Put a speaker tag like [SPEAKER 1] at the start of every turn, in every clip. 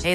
[SPEAKER 1] Hey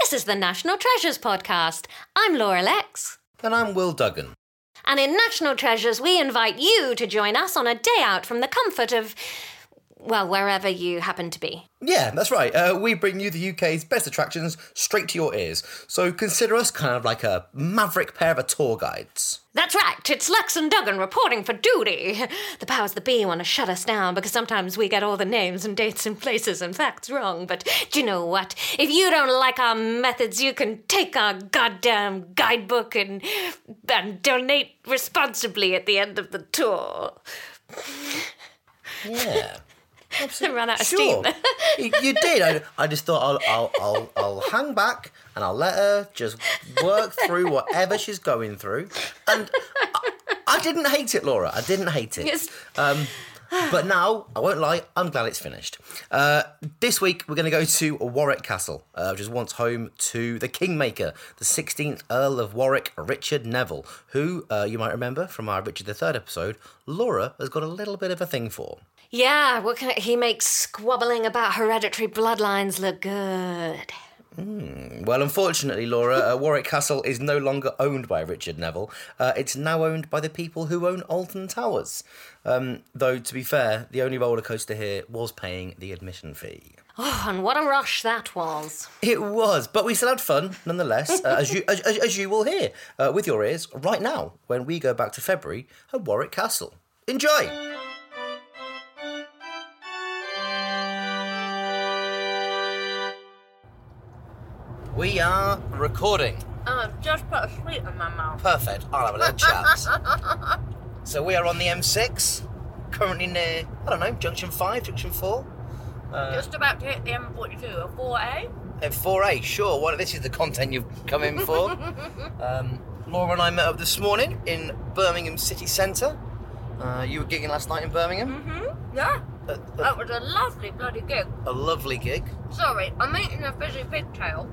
[SPEAKER 2] This is the National Treasures Podcast. I'm Laura Lex.
[SPEAKER 3] And I'm Will Duggan.
[SPEAKER 2] And in National Treasures, we invite you to join us on a day out from the comfort of, well, wherever you happen to be.
[SPEAKER 3] Yeah, that's right. Uh, we bring you the UK's best attractions straight to your ears. So consider us kind of like a maverick pair of tour guides.
[SPEAKER 2] That's right, it's Lex and Duggan reporting for duty. The powers that be want to shut us down because sometimes we get all the names and dates and places and facts wrong. But do you know what? If you don't like our methods, you can take our goddamn guidebook and, and donate responsibly at the end of the tour.
[SPEAKER 3] Yeah. Absolutely.
[SPEAKER 2] Ran out of
[SPEAKER 3] sure.
[SPEAKER 2] steam.
[SPEAKER 3] you, you did. I, I just thought I'll, I'll, I'll, I'll hang back and I'll let her just work through whatever she's going through. And I, I didn't hate it, Laura. I didn't hate it.
[SPEAKER 2] Yes.
[SPEAKER 3] Um, but now, I won't lie, I'm glad it's finished. Uh, this week, we're going to go to Warwick Castle, uh, which is once home to the Kingmaker, the 16th Earl of Warwick, Richard Neville, who uh, you might remember from our Richard III episode, Laura has got a little bit of a thing for.
[SPEAKER 2] Yeah, what can I, he makes squabbling about hereditary bloodlines look good.
[SPEAKER 3] Well, unfortunately, Laura, uh, Warwick Castle is no longer owned by Richard Neville. Uh, it's now owned by the people who own Alton Towers. Um, though, to be fair, the only roller coaster here was paying the admission fee.
[SPEAKER 2] Oh, and what a rush that was.
[SPEAKER 3] It was, but we still had fun nonetheless, uh, as you as, as- as you will hear uh, with your ears right now when we go back to February at Warwick Castle. Enjoy. We are recording.
[SPEAKER 4] I've Um, just put a sweet in my mouth.
[SPEAKER 3] Perfect. I'll have a little chat. so we are on the M6, currently near I don't know Junction Five, Junction Four. Uh,
[SPEAKER 4] just about to hit the M42, a 4A.
[SPEAKER 3] At 4A, sure. Well, this is the content you've come in for. um, Laura and I met up this morning in Birmingham city centre. Uh, you were gigging last night in Birmingham.
[SPEAKER 4] Yeah,
[SPEAKER 3] A,
[SPEAKER 4] that was a lovely bloody gig.
[SPEAKER 3] a- a lovely gig.
[SPEAKER 4] Sorry, I'm eating a fizzy pigtail.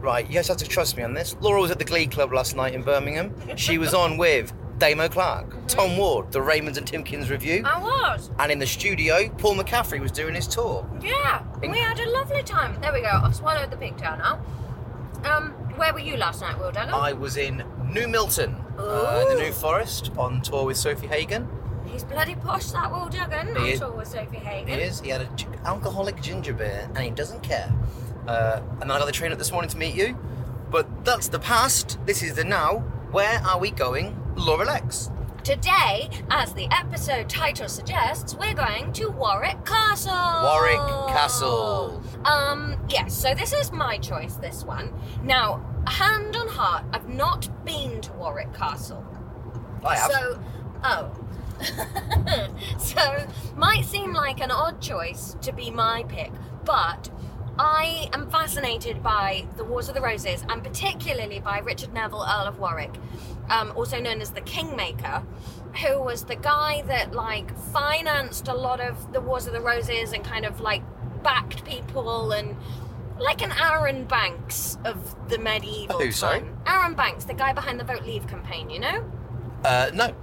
[SPEAKER 3] Right, you guys have to trust me on this. Laura was at the Glee Club last night in Birmingham. She was on with Damo Clark, Tom Ward, the Raymonds and Timkins Review.
[SPEAKER 4] I was.
[SPEAKER 3] And in the studio, Paul McCaffrey was doing his tour.
[SPEAKER 4] Yeah, we had a lovely time. There we go. I've swallowed the pigtail now. Um, where were you last night, Will Duggan?
[SPEAKER 3] I was in New Milton, uh, in the New Forest, on tour with Sophie Hagen.
[SPEAKER 4] He's bloody posh, that Will Duggan.
[SPEAKER 3] He
[SPEAKER 4] I
[SPEAKER 3] is.
[SPEAKER 4] saw with
[SPEAKER 3] He
[SPEAKER 4] Sophie Hagen.
[SPEAKER 3] is. He had an alcoholic ginger beer, and he doesn't care. Uh, and then I got the train up this morning to meet you. But that's the past. This is the now. Where are we going, Laura Lex?
[SPEAKER 4] Today, as the episode title suggests, we're going to Warwick Castle.
[SPEAKER 3] Warwick Castle.
[SPEAKER 4] Um, yes, so this is my choice, this one. Now, hand on heart, I've not been to Warwick Castle.
[SPEAKER 3] I have.
[SPEAKER 4] So, oh. so, might seem like an odd choice to be my pick, but I am fascinated by the Wars of the Roses and particularly by Richard Neville, Earl of Warwick, um, also known as the Kingmaker, who was the guy that like financed a lot of the Wars of the Roses and kind of like backed people and like an Aaron Banks of the medieval
[SPEAKER 3] Who,
[SPEAKER 4] time.
[SPEAKER 3] sorry?
[SPEAKER 4] Aaron Banks, the guy behind the Vote Leave campaign, you know?
[SPEAKER 3] uh, no.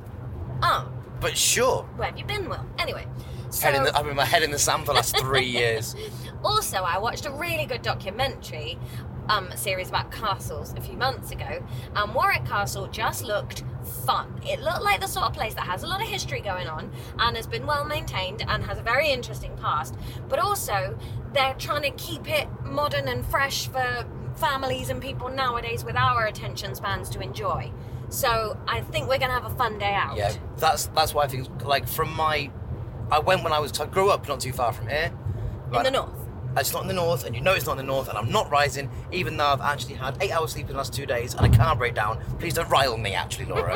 [SPEAKER 4] Oh,
[SPEAKER 3] But sure.
[SPEAKER 4] Where have you been, Will? Anyway, so
[SPEAKER 3] Head in the, I've been my head in the sand for the last three years.
[SPEAKER 4] also I watched a really good documentary um, series about castles a few months ago, and Warwick Castle just looked fun. It looked like the sort of place that has a lot of history going on and has been well maintained and has a very interesting past, but also they're trying to keep it modern and fresh for families and people nowadays with our attention spans to enjoy. So I think we're going to have a fun day out.
[SPEAKER 3] Yeah, that's that's why I think like from my, I went when I was I grew up not too far from here.
[SPEAKER 4] In the
[SPEAKER 3] Right.
[SPEAKER 4] north.
[SPEAKER 3] It's not in the north, and you know it's not in the north, and I'm not rising, even though I've actually had eight hours sleep in the last two days and I can't break down. Please don't rile me, actually, Laura.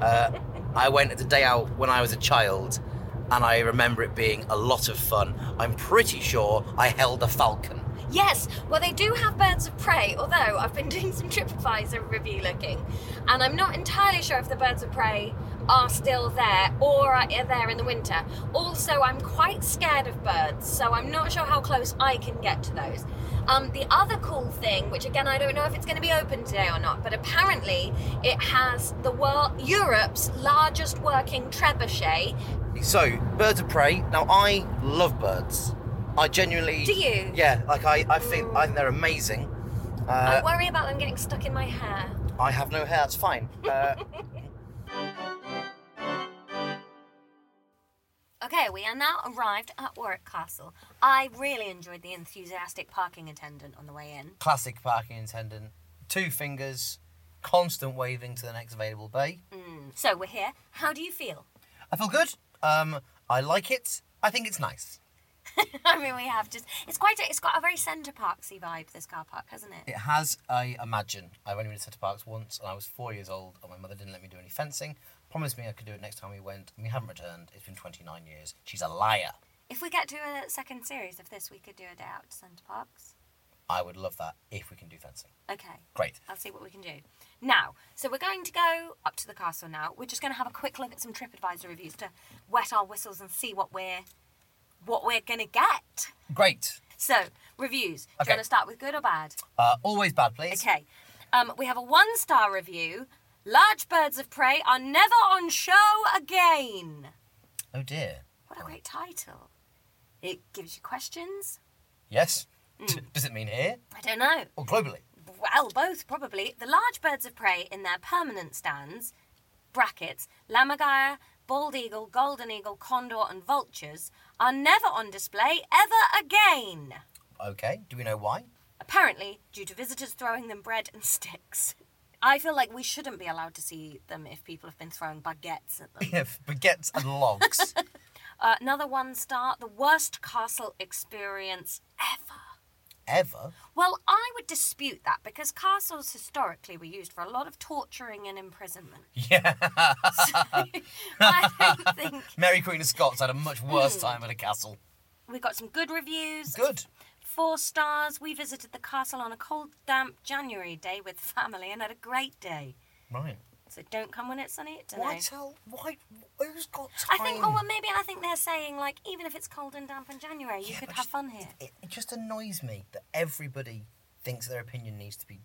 [SPEAKER 3] uh, I went at the day out when I was a child, and I remember it being a lot of fun. I'm pretty sure I held a falcon.
[SPEAKER 4] Yes, well, they do have birds of prey, although I've been doing some TripAdvisor review looking, and I'm not entirely sure if the birds of prey are still there or are there in the winter. Also, I'm quite scared of birds, so I'm not sure how close I can get to those. Um, the other cool thing, which again I don't know if it's going to be open today or not, but apparently it has the world Europe's largest working trebuchet.
[SPEAKER 3] So, birds of prey. Now, I love birds. I genuinely.
[SPEAKER 4] Do you?
[SPEAKER 3] Yeah, like I, I think I think they're amazing. Uh,
[SPEAKER 4] I worry about them getting stuck in my hair.
[SPEAKER 3] I have no hair. That's fine. Uh,
[SPEAKER 4] Okay, we are now arrived at Warwick Castle. I really enjoyed the enthusiastic parking attendant on the way in.
[SPEAKER 3] classic parking attendant, two fingers, constant waving to the next available bay.
[SPEAKER 4] So we're here. How do you feel?
[SPEAKER 3] I feel good. Um, I like it. I think it's nice.
[SPEAKER 4] I mean, we have just it's quite a, it's got a very centre parksy vibe. This car park, hasn't it?
[SPEAKER 3] It has, I imagine. I've only been to Centre Parks once, and I was four years old, and my mother didn't let me do any fencing. Promised me I could do it next time we went, and we haven't returned. It's been 29 years. She's a liar.
[SPEAKER 4] If we get to a second series of this, we could do a day out to centre parks.
[SPEAKER 3] I would love that if we can do fencing.
[SPEAKER 4] Okay,
[SPEAKER 3] Great.
[SPEAKER 4] I'll see what we can do. Now, so we're going to go up to the castle now. We're just going to have a quick look at some TripAdvisor reviews to wet our whistles and see what we're what we're going to get.
[SPEAKER 3] Great.
[SPEAKER 4] So reviews. Do
[SPEAKER 3] Okay.
[SPEAKER 4] you want to start with good or bad?
[SPEAKER 3] Uh, always bad, please.
[SPEAKER 4] Okay. Um, we have a one star review. Large birds of prey are never on show again.
[SPEAKER 3] Oh dear.
[SPEAKER 4] What a great title. It gives you questions.
[SPEAKER 3] Yes.
[SPEAKER 4] Hmm.
[SPEAKER 3] Does it mean here
[SPEAKER 4] I don't know.
[SPEAKER 3] or globally?
[SPEAKER 4] Well, both probably. The large birds of prey in their permanent stands, brackets, lammergeier, bald eagle, golden eagle, condor, and vultures, are never on display ever again.
[SPEAKER 3] Okay. Do we know why?
[SPEAKER 4] apparently due to visitors throwing them bread and sticks. I feel like we shouldn't be allowed to see them if people have been throwing baguettes at them.
[SPEAKER 3] Yeah, baguettes and logs.
[SPEAKER 4] Uh, another one star, the worst castle experience ever.
[SPEAKER 3] Ever.
[SPEAKER 4] Well, I would dispute that because castles historically were used for a lot of torturing and imprisonment.
[SPEAKER 3] Yeah.
[SPEAKER 4] I don't think
[SPEAKER 3] Mary Queen of Scots had a much worse
[SPEAKER 4] Hmm.
[SPEAKER 3] time at a castle.
[SPEAKER 4] we got some good reviews.
[SPEAKER 3] Good.
[SPEAKER 4] Four stars. We visited the castle on a cold, damp January day with family and had a great day.
[SPEAKER 3] Right.
[SPEAKER 4] So don't come when it's sunny. Don't
[SPEAKER 3] Why
[SPEAKER 4] know.
[SPEAKER 3] tell? Why? Who's got
[SPEAKER 4] I
[SPEAKER 3] time?
[SPEAKER 4] think, oh, well, maybe I think they're saying, like, even if it's cold and damp in January, you
[SPEAKER 3] Yeah,
[SPEAKER 4] could
[SPEAKER 3] but
[SPEAKER 4] have
[SPEAKER 3] just-
[SPEAKER 4] fun here.
[SPEAKER 3] It, it just annoys me that everybody thinks their opinion needs to be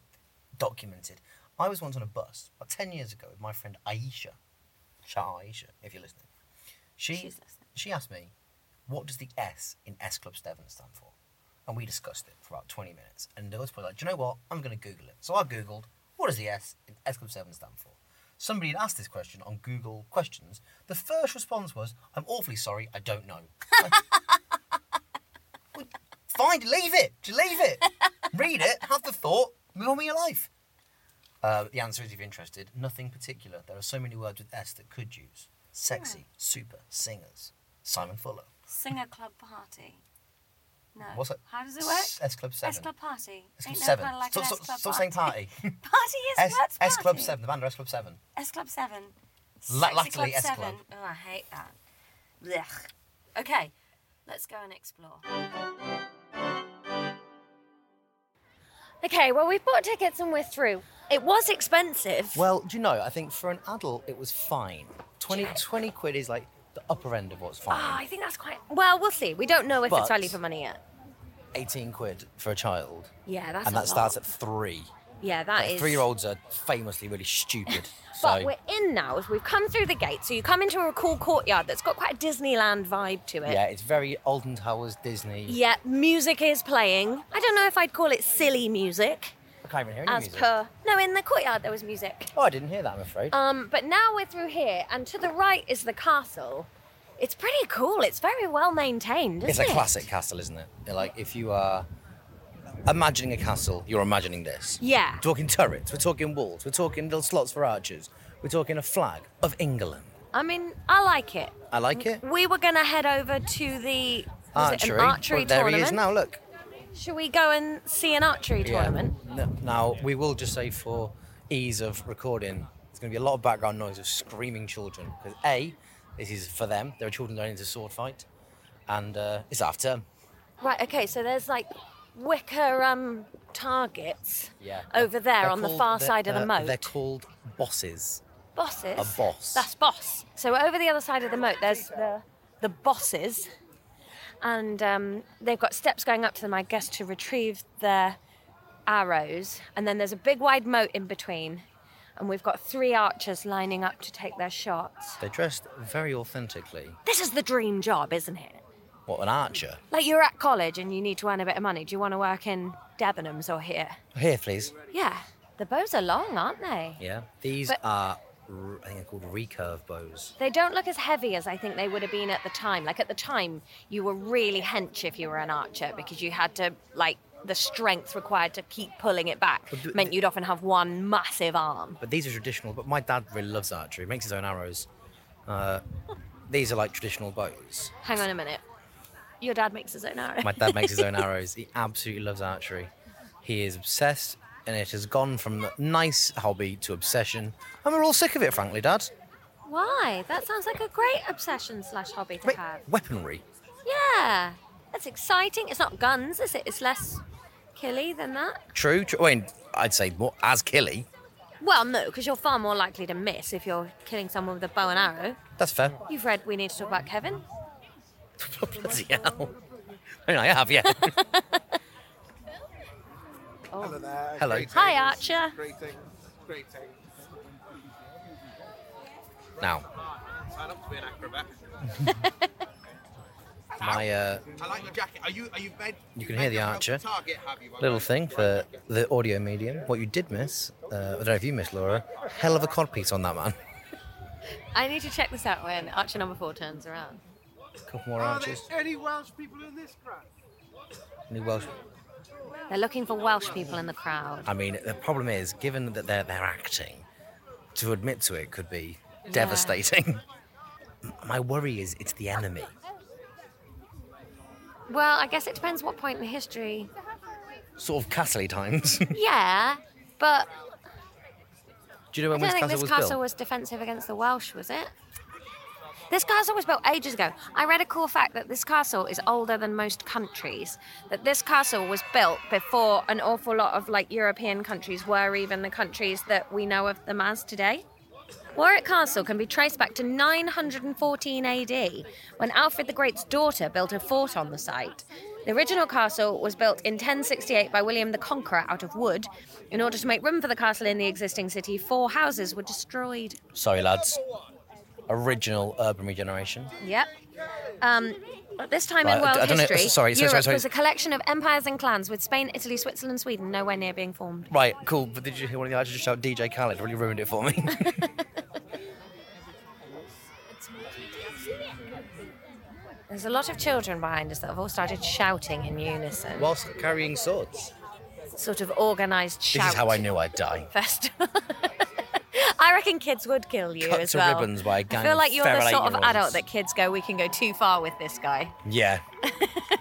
[SPEAKER 3] documented. I was once on a bus about ten years ago with my friend Aisha. Shout out Aisha if you're listening. She
[SPEAKER 4] She's listening.
[SPEAKER 3] she asked me, "What does the S in S Club Stebbins stand for?" And we discussed it for about twenty minutes. And I was probably like, "Do you know what? I'm going to Google it." So I googled, "What does the S in S Club Stebbins stand for?" Somebody had asked this question on Google Questions. The first response was, "I'm awfully sorry, I don't know." Fine, leave it. Just leave it. Read it. Have the thought. Move on with your life. Uh, the answer is, if you're interested, nothing particular. There are so many words with S that could use.
[SPEAKER 4] Hmm.
[SPEAKER 3] Sexy, super, singers. Simon Fuller.
[SPEAKER 4] Singer club party. No.
[SPEAKER 3] What's it?
[SPEAKER 4] Uh, How does it work?
[SPEAKER 3] S Club 7.
[SPEAKER 4] S club party.
[SPEAKER 3] S Club
[SPEAKER 4] Ain't no
[SPEAKER 3] 7.
[SPEAKER 4] plan like
[SPEAKER 3] stop,
[SPEAKER 4] an
[SPEAKER 3] stop-
[SPEAKER 4] S club
[SPEAKER 3] stop
[SPEAKER 4] party.
[SPEAKER 3] saying party.
[SPEAKER 4] Party is
[SPEAKER 3] S,
[SPEAKER 4] what's
[SPEAKER 3] S Club
[SPEAKER 4] party?
[SPEAKER 3] 7. The band are S Club 7.
[SPEAKER 4] S club seven.
[SPEAKER 3] La-
[SPEAKER 4] Sexy
[SPEAKER 3] latterly S
[SPEAKER 4] seven.
[SPEAKER 3] Club.
[SPEAKER 4] Oh, I hate that. Blech. Okay, let's go and explore.
[SPEAKER 2] Okay, well, we've bought tickets and we're through. It was expensive.
[SPEAKER 3] Well, do you know, I think for an adult, it was fine. 20, 20 quid is like the upper end of what's fine.
[SPEAKER 2] Ah, I think that's quite. Well, we'll see. We don't know if
[SPEAKER 3] But-
[SPEAKER 2] it's value for money yet.
[SPEAKER 3] 18 quid for a child.
[SPEAKER 2] Yeah, that's
[SPEAKER 3] and
[SPEAKER 2] a
[SPEAKER 3] that starts
[SPEAKER 2] lot.
[SPEAKER 3] at three.
[SPEAKER 2] Yeah, that is.
[SPEAKER 3] Three year olds are famously really stupid.
[SPEAKER 2] But
[SPEAKER 3] So,
[SPEAKER 2] we're in now. We've come through the gate, so you come into a cool courtyard that's got quite a Disneyland vibe to it.
[SPEAKER 3] yeah, it's very Alden Towers, Disney.
[SPEAKER 2] Yeah, music is playing. I don't know if I'd call it silly music,
[SPEAKER 3] I can't even hear any
[SPEAKER 2] as
[SPEAKER 3] music.
[SPEAKER 2] per. No, in the courtyard there was music.
[SPEAKER 3] Oh, I didn't hear that, I'm afraid.
[SPEAKER 2] Um, but now we're through here, and to the right is the castle. It's pretty cool. It's very well maintained. Isn't
[SPEAKER 3] it's a
[SPEAKER 2] it?
[SPEAKER 3] classic castle, isn't it? They're Like, if you are imagining a castle, you're imagining this.
[SPEAKER 2] Yeah.
[SPEAKER 3] We're talking turrets, we're talking walls, we're talking little slots for archers, we're talking a flag of England.
[SPEAKER 2] I mean, I like Mm, it.
[SPEAKER 3] I like it.
[SPEAKER 2] We were gonna head over to the was it
[SPEAKER 3] archery.
[SPEAKER 2] an archery
[SPEAKER 3] well, there
[SPEAKER 2] tournament.
[SPEAKER 3] he is now, look.
[SPEAKER 2] Should we go and see an archery tournament?
[SPEAKER 3] Yeah. N- Now, we will just say for ease of recording, there's going to be a lot of background noise of screaming children. Because, A, this is for them. There are children going into sword fight. And uh, it's after term.
[SPEAKER 2] Right. Okay. So there's like wicker um targets.
[SPEAKER 3] Yeah.
[SPEAKER 2] Over there
[SPEAKER 3] They're
[SPEAKER 2] on the
[SPEAKER 3] called-
[SPEAKER 2] far
[SPEAKER 3] they're-
[SPEAKER 2] side of the
[SPEAKER 3] uh,
[SPEAKER 2] moat.
[SPEAKER 3] They're called bosses.
[SPEAKER 2] bosses.
[SPEAKER 3] A boss.
[SPEAKER 2] That's boss. So over the other side of the moat, there's the the bosses, and um, they've got steps going up to them, I guess, to retrieve their arrows. And then there's a big wide moat in between, and we've got three archers lining up to take their shots.
[SPEAKER 3] They're dressed very authentically.
[SPEAKER 2] This is the dream job, isn't it?
[SPEAKER 3] What, an archer?
[SPEAKER 2] Like you're at college and you need to earn a bit of money. Do you want to work in Debenhams or here?
[SPEAKER 3] Here, please.
[SPEAKER 2] Yeah, the bows are long, aren't they?
[SPEAKER 3] Yeah. These
[SPEAKER 2] But-
[SPEAKER 3] are, r- I think they're called recurve bows.
[SPEAKER 2] They don't look as heavy as I think they would have been at the time. Like at the time, you were really hench if you were an archer because you had to like the strength required to keep pulling it back
[SPEAKER 3] But the-
[SPEAKER 2] meant you'd often have one massive arm.
[SPEAKER 3] But these are traditional. But my dad really loves archery. He makes his own arrows. Uh, these are like traditional bows.
[SPEAKER 2] Hang on a minute. Your dad makes his own arrow.
[SPEAKER 3] My dad makes his own arrows. He absolutely loves archery. He is obsessed, and it has gone from nice hobby to obsession. And we're all sick of it, frankly, Dad.
[SPEAKER 2] Why? That sounds like a great obsession slash hobby to
[SPEAKER 3] Wait,
[SPEAKER 2] have.
[SPEAKER 3] weaponry.
[SPEAKER 2] Yeah, that's exciting. It's not guns, is it? It's less killy than that.
[SPEAKER 3] True. true. I mean, I'd say more as killy.
[SPEAKER 2] Well, no, because you're far more likely to miss if you're killing someone with a bow and arrow.
[SPEAKER 3] That's fair.
[SPEAKER 2] You've read We Need to Talk About Kevin.
[SPEAKER 3] Bloody hell. I mean, I have, yeah.
[SPEAKER 5] Hello there.
[SPEAKER 3] Hello.
[SPEAKER 5] Greetings.
[SPEAKER 2] Hi, Archer.
[SPEAKER 5] Greetings. Greetings.
[SPEAKER 3] now,
[SPEAKER 5] Sign up to be an acrobat.
[SPEAKER 3] my uh,
[SPEAKER 5] I like your jacket. Are you? Are you made?
[SPEAKER 3] You can hear the archer.
[SPEAKER 5] Target, have you?
[SPEAKER 3] little thing for the audio medium. What you did miss, uh, I don't know if you missed, Laura, hell of a codpiece on that man.
[SPEAKER 2] I need to check this out when Archer number four turns around.
[SPEAKER 3] couple more
[SPEAKER 5] Are there
[SPEAKER 3] archers.
[SPEAKER 5] any Welsh people in this crowd?
[SPEAKER 3] New Welsh.
[SPEAKER 2] They're looking for Welsh people in the crowd.
[SPEAKER 3] I mean, the problem is, given that they're, they're acting, to admit to it could be devastating. My worry is it's the enemy.
[SPEAKER 2] Well, I guess it depends what point in history.
[SPEAKER 3] Sort of castle times. Do
[SPEAKER 2] Yeah, but
[SPEAKER 3] you know
[SPEAKER 2] I
[SPEAKER 3] when
[SPEAKER 2] don't
[SPEAKER 3] this
[SPEAKER 2] think
[SPEAKER 3] castle
[SPEAKER 2] this
[SPEAKER 3] was
[SPEAKER 2] castle
[SPEAKER 3] built?
[SPEAKER 2] was defensive against the Welsh, was it? This castle was built ages ago. I read a cool fact that this castle is older than most countries. That this castle was built before an awful lot of like European countries were even the countries that we know of them as today. Warwick Castle can be traced back to 914 AD when Alfred the Great's daughter built a fort on the site. The original castle was built in 1068 by William the Conqueror out of wood. In order to make room for the castle in the existing city, four houses were destroyed.
[SPEAKER 3] Sorry, lads. Original urban regeneration.
[SPEAKER 2] Yep. Um, at this time
[SPEAKER 3] Right, I-
[SPEAKER 2] in world
[SPEAKER 3] I don't know-
[SPEAKER 2] history,
[SPEAKER 3] sorry, sorry,
[SPEAKER 2] Europe
[SPEAKER 3] sorry, sorry.
[SPEAKER 2] was a collection of empires and clans, with Spain, Italy, Switzerland, Sweden nowhere near being formed.
[SPEAKER 3] Right, cool. But did you hear one of the archers just shout DJ Khaled? Really ruined it for me.
[SPEAKER 2] There's a lot of children behind us that have all started shouting in unison,
[SPEAKER 3] Whilst carrying swords.
[SPEAKER 2] sort of organised shout.
[SPEAKER 3] This is how I knew I'd die.
[SPEAKER 2] festival. I reckon kids would kill you
[SPEAKER 3] Cut
[SPEAKER 2] as
[SPEAKER 3] to
[SPEAKER 2] well.
[SPEAKER 3] ribbons by a gang
[SPEAKER 2] I feel
[SPEAKER 3] of
[SPEAKER 2] like you're the
[SPEAKER 3] feral
[SPEAKER 2] sort of
[SPEAKER 3] eight-year-olds.
[SPEAKER 2] adult that kids go, we can go too far with this guy.
[SPEAKER 3] Yeah.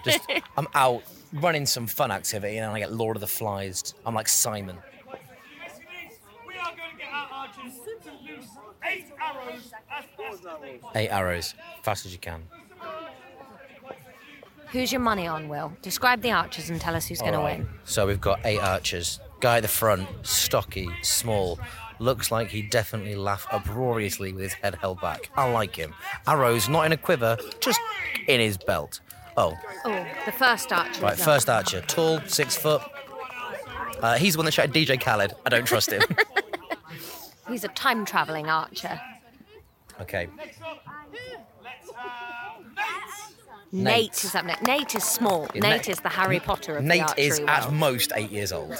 [SPEAKER 3] Just I'm out running some fun activity and I get Lord of the Flies. I'm like Simon.
[SPEAKER 6] We are going to get our archers to loose eight arrows as fast as they can.
[SPEAKER 3] Eight arrows, fast as you can.
[SPEAKER 2] Who's your money on, Will? Describe the archers and tell us who's going to
[SPEAKER 3] Alright,
[SPEAKER 2] win.
[SPEAKER 3] So we've got eight archers. Guy at the front, stocky, small. Looks like he definitely laughed uproariously with his head held back. I like him. Arrows not in a quiver, just in his belt. Oh,
[SPEAKER 2] Oh, the first archer.
[SPEAKER 3] right,
[SPEAKER 2] is up.
[SPEAKER 3] first archer, tall, six foot, Uh, he's the one that shouted DJ Khaled. I don't trust him.
[SPEAKER 2] He's a time traveling archer.
[SPEAKER 3] okay.
[SPEAKER 6] Next up, let's have Nate.
[SPEAKER 2] Nate, is up next. Nate is small.
[SPEAKER 3] Yeah,
[SPEAKER 2] Nate
[SPEAKER 3] Na-
[SPEAKER 2] is the Harry Potter of the
[SPEAKER 3] Nate
[SPEAKER 2] archery
[SPEAKER 3] is at
[SPEAKER 2] world.
[SPEAKER 3] most eight years old.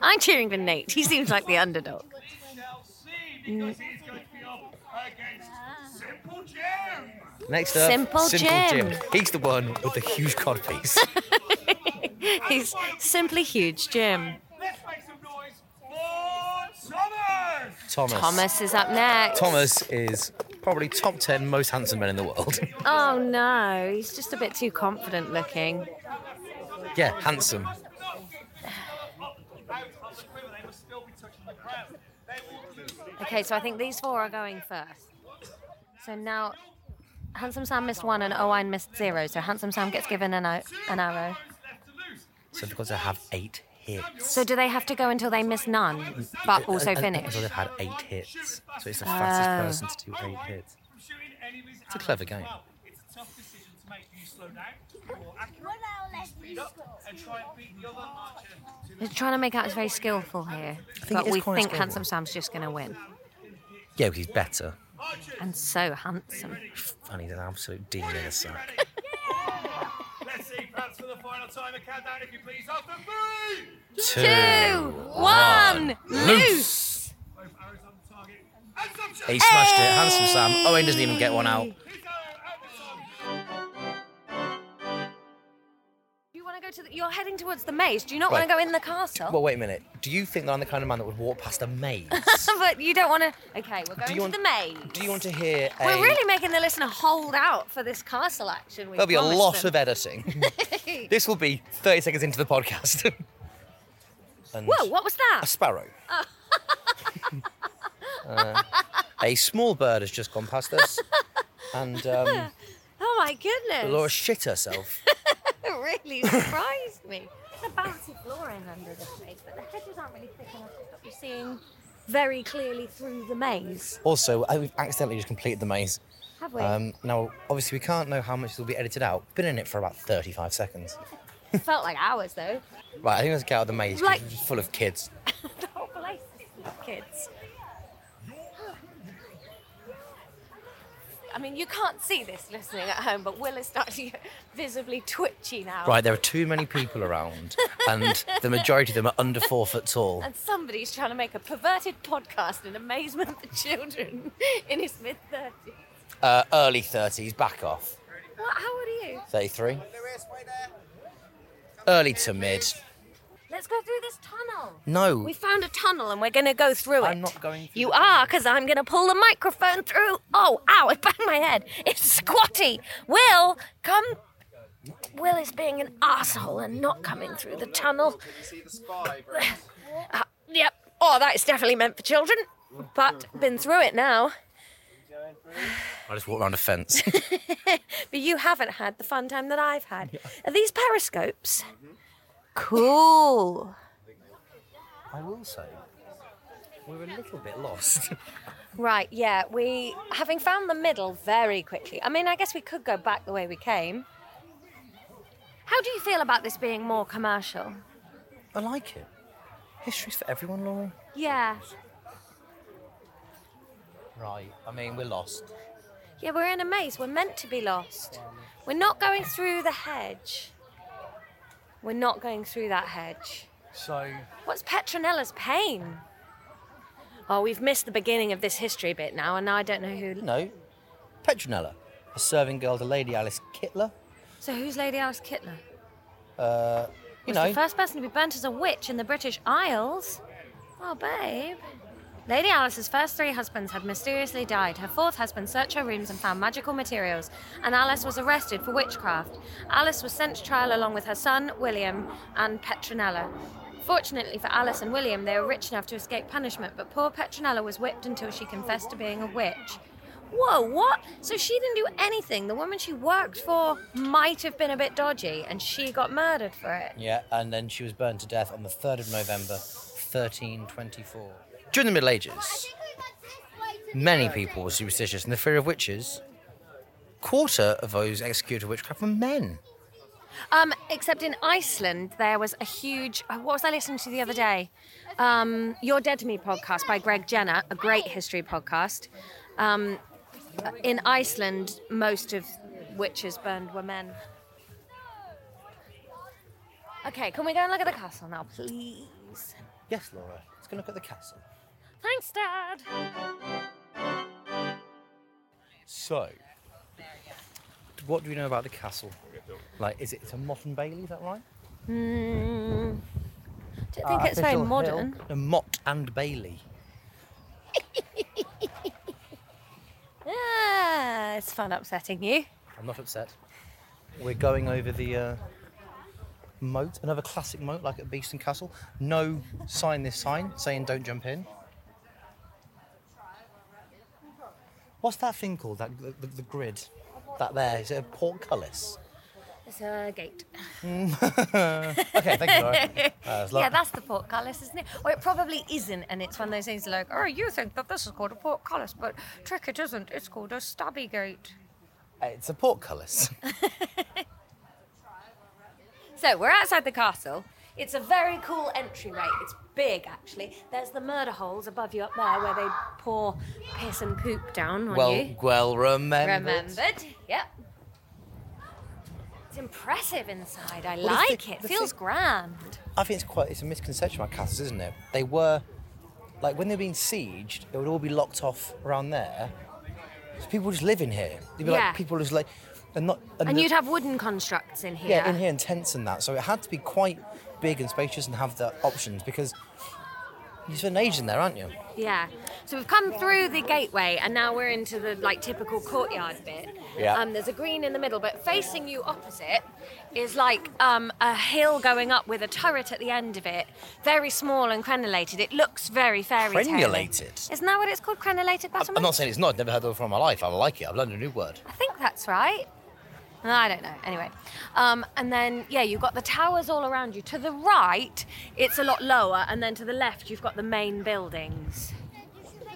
[SPEAKER 2] I'm cheering for Nate. He seems like the underdog.
[SPEAKER 6] Shall see, because he's going to be up against Simple Jim.
[SPEAKER 3] Next up,
[SPEAKER 2] Simple Jim.
[SPEAKER 3] He's the one with the huge codpiece.
[SPEAKER 2] He's simply huge, Jim.
[SPEAKER 6] Let's make some noise for
[SPEAKER 3] Thomas.
[SPEAKER 6] Thomas.
[SPEAKER 2] Thomas is up next.
[SPEAKER 3] Thomas is probably top ten most handsome men in the world.
[SPEAKER 2] Oh no, he's just a bit too confident looking.
[SPEAKER 3] yeah, handsome.
[SPEAKER 6] Out of the quiver, they must still be touching the ground. They will lose.
[SPEAKER 2] Okay, so I think these four are going first. So now, Handsome Sam missed one and Owain missed zero. So Handsome Sam gets given an, o- an arrow.
[SPEAKER 6] Left to lose.
[SPEAKER 3] So because I have eight hits.
[SPEAKER 2] So do they have to go until they miss none, but also
[SPEAKER 3] And- and
[SPEAKER 2] finish?
[SPEAKER 3] Also, they've had eight hits. So it's the fastest person to do eight hits.
[SPEAKER 6] From Oh, shooting enemies
[SPEAKER 3] It's a clever game.
[SPEAKER 6] It's a tough decision to make. Do you slow down, be more accurate, speed up, and try and beat the other archer to
[SPEAKER 2] They're trying to make out it's very skillful here, but
[SPEAKER 3] it is
[SPEAKER 2] we
[SPEAKER 3] quite
[SPEAKER 2] think
[SPEAKER 3] skillful.
[SPEAKER 2] Handsome Sam's just going to win.
[SPEAKER 3] Yeah, because he's better.
[SPEAKER 2] And so handsome.
[SPEAKER 3] And he's an absolute demon in a sack.
[SPEAKER 6] Let's see, perhaps for the final time, a countdown, if you please, after three!
[SPEAKER 3] Two.
[SPEAKER 2] One, loose.
[SPEAKER 6] Both arrows on target, and some shot!
[SPEAKER 3] He smashed it. Handsome Sam. Owen doesn't even get one out.
[SPEAKER 6] He's out at the top!
[SPEAKER 2] You want to go to? The, you're heading towards the maze. Do you not
[SPEAKER 3] Right.
[SPEAKER 2] want to go in the castle?
[SPEAKER 3] Well, wait a minute. Do you think that I'm the kind of man that would walk past a maze?
[SPEAKER 2] but you don't want to. Okay, we're
[SPEAKER 3] do
[SPEAKER 2] going
[SPEAKER 3] you want
[SPEAKER 2] to the maze.
[SPEAKER 3] Do you want to hear? A,
[SPEAKER 2] We're really making the listener hold out for this castle action. We
[SPEAKER 3] There'll be a
[SPEAKER 2] promised
[SPEAKER 3] lot
[SPEAKER 2] them.
[SPEAKER 3] of editing. this will be 30 seconds into the podcast. and
[SPEAKER 2] Whoa! What was
[SPEAKER 3] A
[SPEAKER 2] that?
[SPEAKER 3] sparrow. Uh, a small bird has just gone past us, and um,
[SPEAKER 2] Oh my goodness!
[SPEAKER 3] Laura shit herself.
[SPEAKER 2] That really surprised me. There's a bouncy floor in under this place, but the hedges aren't really thick enough to stop you seeing very clearly through the maze.
[SPEAKER 3] Also, I, we've accidentally just completed the maze.
[SPEAKER 2] Have we?
[SPEAKER 3] Um, now, obviously, we can't know how much will be edited out. Been in it for about 35 seconds.
[SPEAKER 2] Felt like hours though.
[SPEAKER 3] Right, I think let's get out of the maze. 'cause
[SPEAKER 2] Like-
[SPEAKER 3] it's full of kids.
[SPEAKER 2] the whole place is full of kids. I mean, you can't see this listening at home, but Will is starting visibly twitchy now.
[SPEAKER 3] Right, there are too many people around, and the majority of them are under four foot tall.
[SPEAKER 2] And somebody's trying to make a perverted podcast in amazement for children in his mid 30s.
[SPEAKER 3] Uh, early 30s, back off.
[SPEAKER 2] What? How old are you?
[SPEAKER 3] 33? Early to mid.
[SPEAKER 2] Let's go through this tunnel.
[SPEAKER 3] No.
[SPEAKER 2] We found a tunnel and we're going to go through it.
[SPEAKER 3] I'm not going through
[SPEAKER 2] You
[SPEAKER 3] the
[SPEAKER 2] are, because I'm going to pull the microphone through. Oh, ow, I banged my head. It's squatty. Will, come. Will is being an asshole and not coming through the tunnel. Uh, yep. Oh, that is definitely meant for children, but been through it now.
[SPEAKER 3] I just walked around a fence.
[SPEAKER 2] But you haven't had the fun time that I've had. Are these periscopes?
[SPEAKER 3] Mm-hmm.
[SPEAKER 2] Cool.
[SPEAKER 3] I will say, we're a little bit lost.
[SPEAKER 2] Right, yeah, we having found the middle very quickly. I mean, I guess we could go back the way we came. How do you feel about this being more commercial?
[SPEAKER 3] I like it. History's for everyone, Laura.
[SPEAKER 2] Yeah.
[SPEAKER 3] Right, I mean, we're lost.
[SPEAKER 2] Yeah, we're in a maze. We're meant to be lost. We're not going through the hedge. We're not going through that hedge.
[SPEAKER 3] So,
[SPEAKER 2] What's Petronella's pain? Oh, we've missed the beginning of this history bit now, and now I don't know who.
[SPEAKER 3] no, Petronella, a serving girl to Lady Alice Kittler.
[SPEAKER 2] So, who's Lady Alice Kittler?
[SPEAKER 3] Uh, you
[SPEAKER 2] was
[SPEAKER 3] know,
[SPEAKER 2] the first person to be burnt as a witch in the British Isles. Oh, babe. Lady Alice's first three husbands had mysteriously died. Her fourth husband searched her rooms and found magical materials, and Alice was arrested for witchcraft. Alice was sent to trial along with her son, William, and Petronella. Fortunately for Alice and William, they were rich enough to escape punishment, but poor Petronella was whipped until she confessed to being a witch. Whoa, what? So she didn't do anything. The woman she worked for might have been a bit dodgy, and she got murdered for it.
[SPEAKER 3] Yeah, and then she was burned to death on the 3rd of November, 1324. During the Middle Ages, many people were superstitious in the fear of witches. Quarter of those executed for witchcraft were men.
[SPEAKER 2] Um, except in Iceland, there was a huge. oh, What was I listening to the other day? Um, Your Dead to Me podcast by Greg Jenner, a great history podcast. Um, in Iceland, most of witches burned were men. Okay, can we go and look at the castle now, please?
[SPEAKER 3] Yes, Laura. Let's go look at the castle.
[SPEAKER 2] Thanks, Dad.
[SPEAKER 3] So, what do we know about the castle? Like, is it it's a Mott and Bailey? Is that right?
[SPEAKER 2] Don't think it's very modern.
[SPEAKER 3] A Mott and Bailey.
[SPEAKER 2] Ah, it's fun upsetting you.
[SPEAKER 3] I'm not upset. We're going over the uh, moat, another classic moat like at Beeston Castle. No sign this sign saying don't jump in. What's that thing called? That the, the, the grid, that there is it a portcullis?
[SPEAKER 2] It's a gate.
[SPEAKER 3] Okay, thank you. Laura. Uh, it's like-
[SPEAKER 2] Yeah, that's the portcullis, isn't it? Or it probably isn't, and it's one of those things like, oh, you think that this is called a portcullis, but trick it isn't. It's called a stabby gate.
[SPEAKER 3] Uh, it's a portcullis.
[SPEAKER 2] So we're outside the castle. It's a very cool entryway. It's big, actually. There's the murder holes above you up there where they pour piss and poop down on
[SPEAKER 3] well,
[SPEAKER 2] you.
[SPEAKER 3] well remembered.
[SPEAKER 2] Remembered? Yep. It's impressive inside. I
[SPEAKER 3] the
[SPEAKER 2] like
[SPEAKER 3] thi-
[SPEAKER 2] it.
[SPEAKER 3] the
[SPEAKER 2] Feels
[SPEAKER 3] thi-
[SPEAKER 2] grand.
[SPEAKER 3] I think it's quite it's a misconception about castles, isn't it? They were like when they were being sieged, they would all be locked off around there. So people just live in here. They'd be
[SPEAKER 2] Yeah.
[SPEAKER 3] like people just like and not
[SPEAKER 2] And
[SPEAKER 3] the-
[SPEAKER 2] you'd have wooden constructs in here.
[SPEAKER 3] yeah, in here and tents and that. So it had to be quite big and spacious and have the options because you spend ages in there, aren't you?
[SPEAKER 2] Yeah. So we've come through the gateway and now we're into the like typical courtyard bit.
[SPEAKER 3] Yeah.
[SPEAKER 2] Um, there's a green in the middle, but facing you opposite is like um, a hill going up with a turret at the end of it. Very small and crenulated. It looks very fairy tale.
[SPEAKER 3] Crenulated?
[SPEAKER 2] Isn't that what it's called? Crenulated battlement?
[SPEAKER 3] I'm not saying it's not. I've never heard that before in my life. I like it. I've learned a new word.
[SPEAKER 2] I think that's right. No, I don't know. Anyway, um, and then yeah, you've got the towers all around you. To the right, it's a lot lower, and then to the left, you've got the main buildings.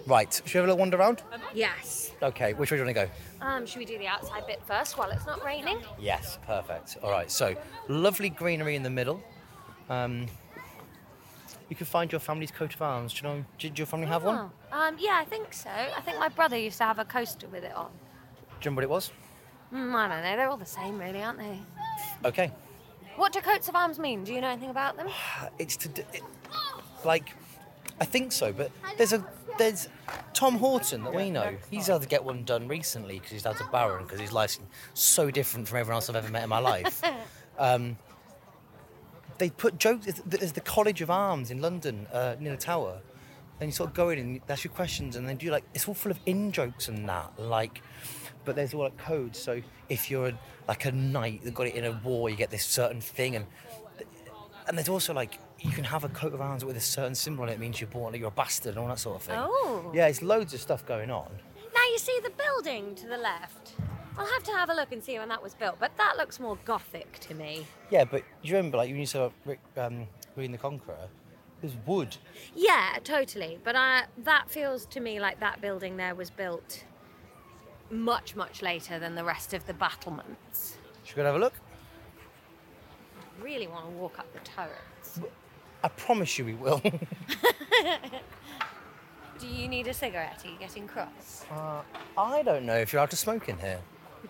[SPEAKER 3] Right. Should we have a little wander around?
[SPEAKER 2] Yes.
[SPEAKER 3] Okay. Which way do you want to go?
[SPEAKER 2] Um, should we do the outside bit first while it's not raining?
[SPEAKER 3] Yes, perfect. All right, so lovely greenery in the middle. Um, you can find your family's coat of arms. Do you know? Did your family have one? Do you
[SPEAKER 2] Oh, um, yeah, I think so. I think my brother used to have a coaster with it on.
[SPEAKER 3] remember what it was?
[SPEAKER 2] Mm, I don't know. They're all the same, really, aren't they?
[SPEAKER 3] Okay,
[SPEAKER 2] What do coats of arms mean? Do you know anything about them?
[SPEAKER 3] Uh, it's to d- it, like I think so, but there's a there's Tom Horton that we know. He's had to get one done recently because he's had a baron because his life's so different from everyone else I've ever met in my life. um, they put jokes. there's- There's the College of Arms in London uh, near the Tower, and you sort of go in and they ask you questions, and they do like it's all full of in jokes and that like. But there's all like codes. So if you're a, like a knight that got it in a war, you get this certain thing, and and there's also like you can have a coat of arms with a certain symbol on it, it means you're born, you're a bastard, and all that sort of thing.
[SPEAKER 2] Oh.
[SPEAKER 3] Yeah, it's loads of stuff going on.
[SPEAKER 2] Now you see the building to the left. I'll have to have a look and see when that was built, but that looks more gothic to me.
[SPEAKER 3] Yeah, but do you remember like when you saw Rick, um, Green the Conqueror? It was wood.
[SPEAKER 2] Yeah, totally. But I, that feels to me like that building there was built much, much later than the rest of the battlements.
[SPEAKER 3] Should we go and have a look?
[SPEAKER 2] Really want to walk up the turrets.
[SPEAKER 3] I promise you we will.
[SPEAKER 2] Do you need a cigarette? Are you getting cross?
[SPEAKER 3] Uh, I don't know if you're allowed to smoke in here.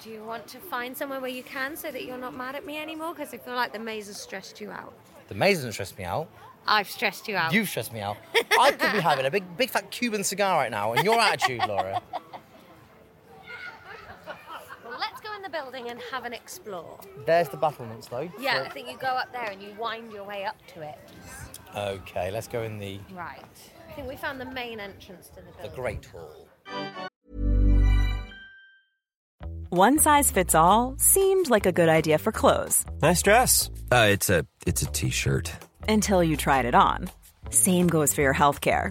[SPEAKER 2] Do you want to find somewhere where you can so that you're not mad at me anymore? Because I feel like the maze has stressed you out.
[SPEAKER 3] The maze doesn't stress me out.
[SPEAKER 2] I've stressed you out.
[SPEAKER 3] You've stressed me out. I could be having a big, big fat Cuban cigar right now, and your attitude, Laura.
[SPEAKER 2] Well, let's go in the building and have an explore.
[SPEAKER 3] There's the battlements, though.
[SPEAKER 2] Yeah, I think you go up there and you wind your way up to it.
[SPEAKER 3] Okay, let's go in the
[SPEAKER 2] Right. I think we found the main entrance to the building.
[SPEAKER 3] the Great Hall.
[SPEAKER 7] One size fits all seemed like a good idea for clothes
[SPEAKER 8] Nice dress. Uh, it's a it's a t-shirt.
[SPEAKER 7] until you tried it on. Same goes for your healthcare.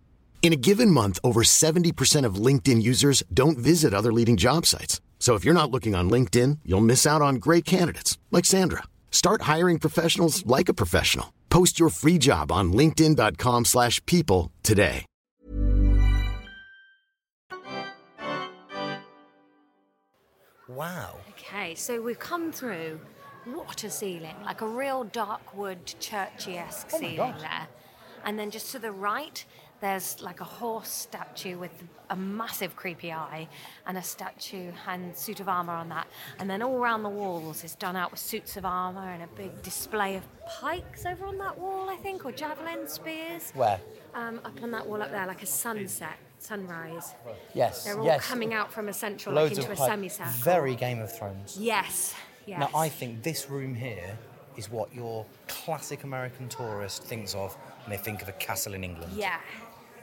[SPEAKER 6] In a given month, over 70% of LinkedIn users don't visit other leading job sites. So if you're not looking on LinkedIn, you'll miss out on great candidates like Sandra. Start hiring professionals like a professional. Post your free job on linkedin.com/people slash people today.
[SPEAKER 9] Wow.
[SPEAKER 2] Okay, so we've come through water ceiling, like a real dark wood churchy esque
[SPEAKER 3] Oh
[SPEAKER 2] ceiling there. And then just to the right, there's like a horse statue with a massive creepy eye and a statue and suit of armour on that. And then all around the walls is done out with suits of armour and a big display of pikes over on that wall, I think, or javelin spears.
[SPEAKER 3] Where?
[SPEAKER 2] Um, up on that wall up there, like a sunset, sunrise.
[SPEAKER 3] Yes.
[SPEAKER 2] They're all
[SPEAKER 3] yes.
[SPEAKER 2] coming out from a central
[SPEAKER 3] Loads
[SPEAKER 2] like into
[SPEAKER 3] of
[SPEAKER 2] a
[SPEAKER 3] hype.
[SPEAKER 2] semicircle.
[SPEAKER 3] Very Game of Thrones.
[SPEAKER 2] Yes. Yes.
[SPEAKER 3] Now I think this room here is what your classic American tourist thinks of when they think of a castle in England.
[SPEAKER 2] Yeah.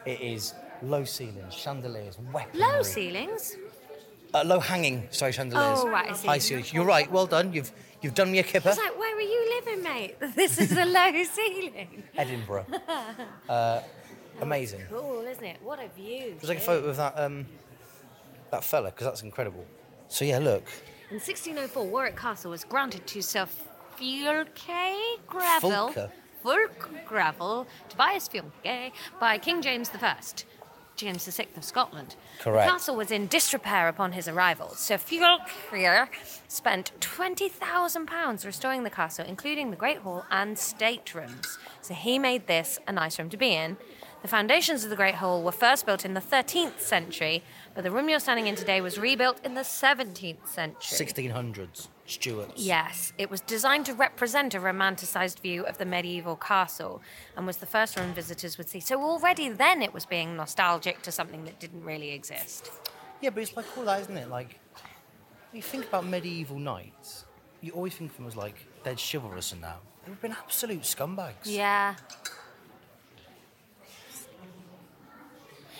[SPEAKER 3] It is low ceilings, chandeliers, weaponry.
[SPEAKER 2] Low ceilings.
[SPEAKER 3] Uh, low hanging, sorry, chandeliers.
[SPEAKER 2] Oh, right, I see.
[SPEAKER 3] High ceilings. You're right. Well done. You've you've done me a
[SPEAKER 2] I
[SPEAKER 3] kipper.
[SPEAKER 2] was like, where are you living, mate? This is a low ceiling.
[SPEAKER 3] Edinburgh. uh, amazing.
[SPEAKER 2] Cool, isn't it? What a view.
[SPEAKER 3] Just take a
[SPEAKER 2] dude.
[SPEAKER 3] photo of that um, that fella because that's incredible. So yeah, look.
[SPEAKER 2] In 1604, Warwick Castle was granted to Sir Fulke Gravel.
[SPEAKER 3] Fulke.
[SPEAKER 2] Fulke Gravel, Tobias Fulke, by King James I. James VI of Scotland.
[SPEAKER 3] Correct.
[SPEAKER 2] The castle was in disrepair upon his arrival. Sir Fulke spent £20,000 restoring the castle, including the Great Hall and staterooms. So he made this a nice room to be in. The foundations of the Great Hall were first built in the 13th century, but the room you're standing in today was rebuilt in the 17th century.
[SPEAKER 3] 1600s Stuarts.
[SPEAKER 2] Yes, it was designed to represent a romanticized view of the medieval castle and was the first room visitors would see. So already then it was being nostalgic to something that didn't really exist.
[SPEAKER 3] Yeah, but it's like all that, isn't it? Like, when you think about medieval knights, you always think of them as like they're chivalrous and that. They've been absolute scumbags.
[SPEAKER 2] Yeah.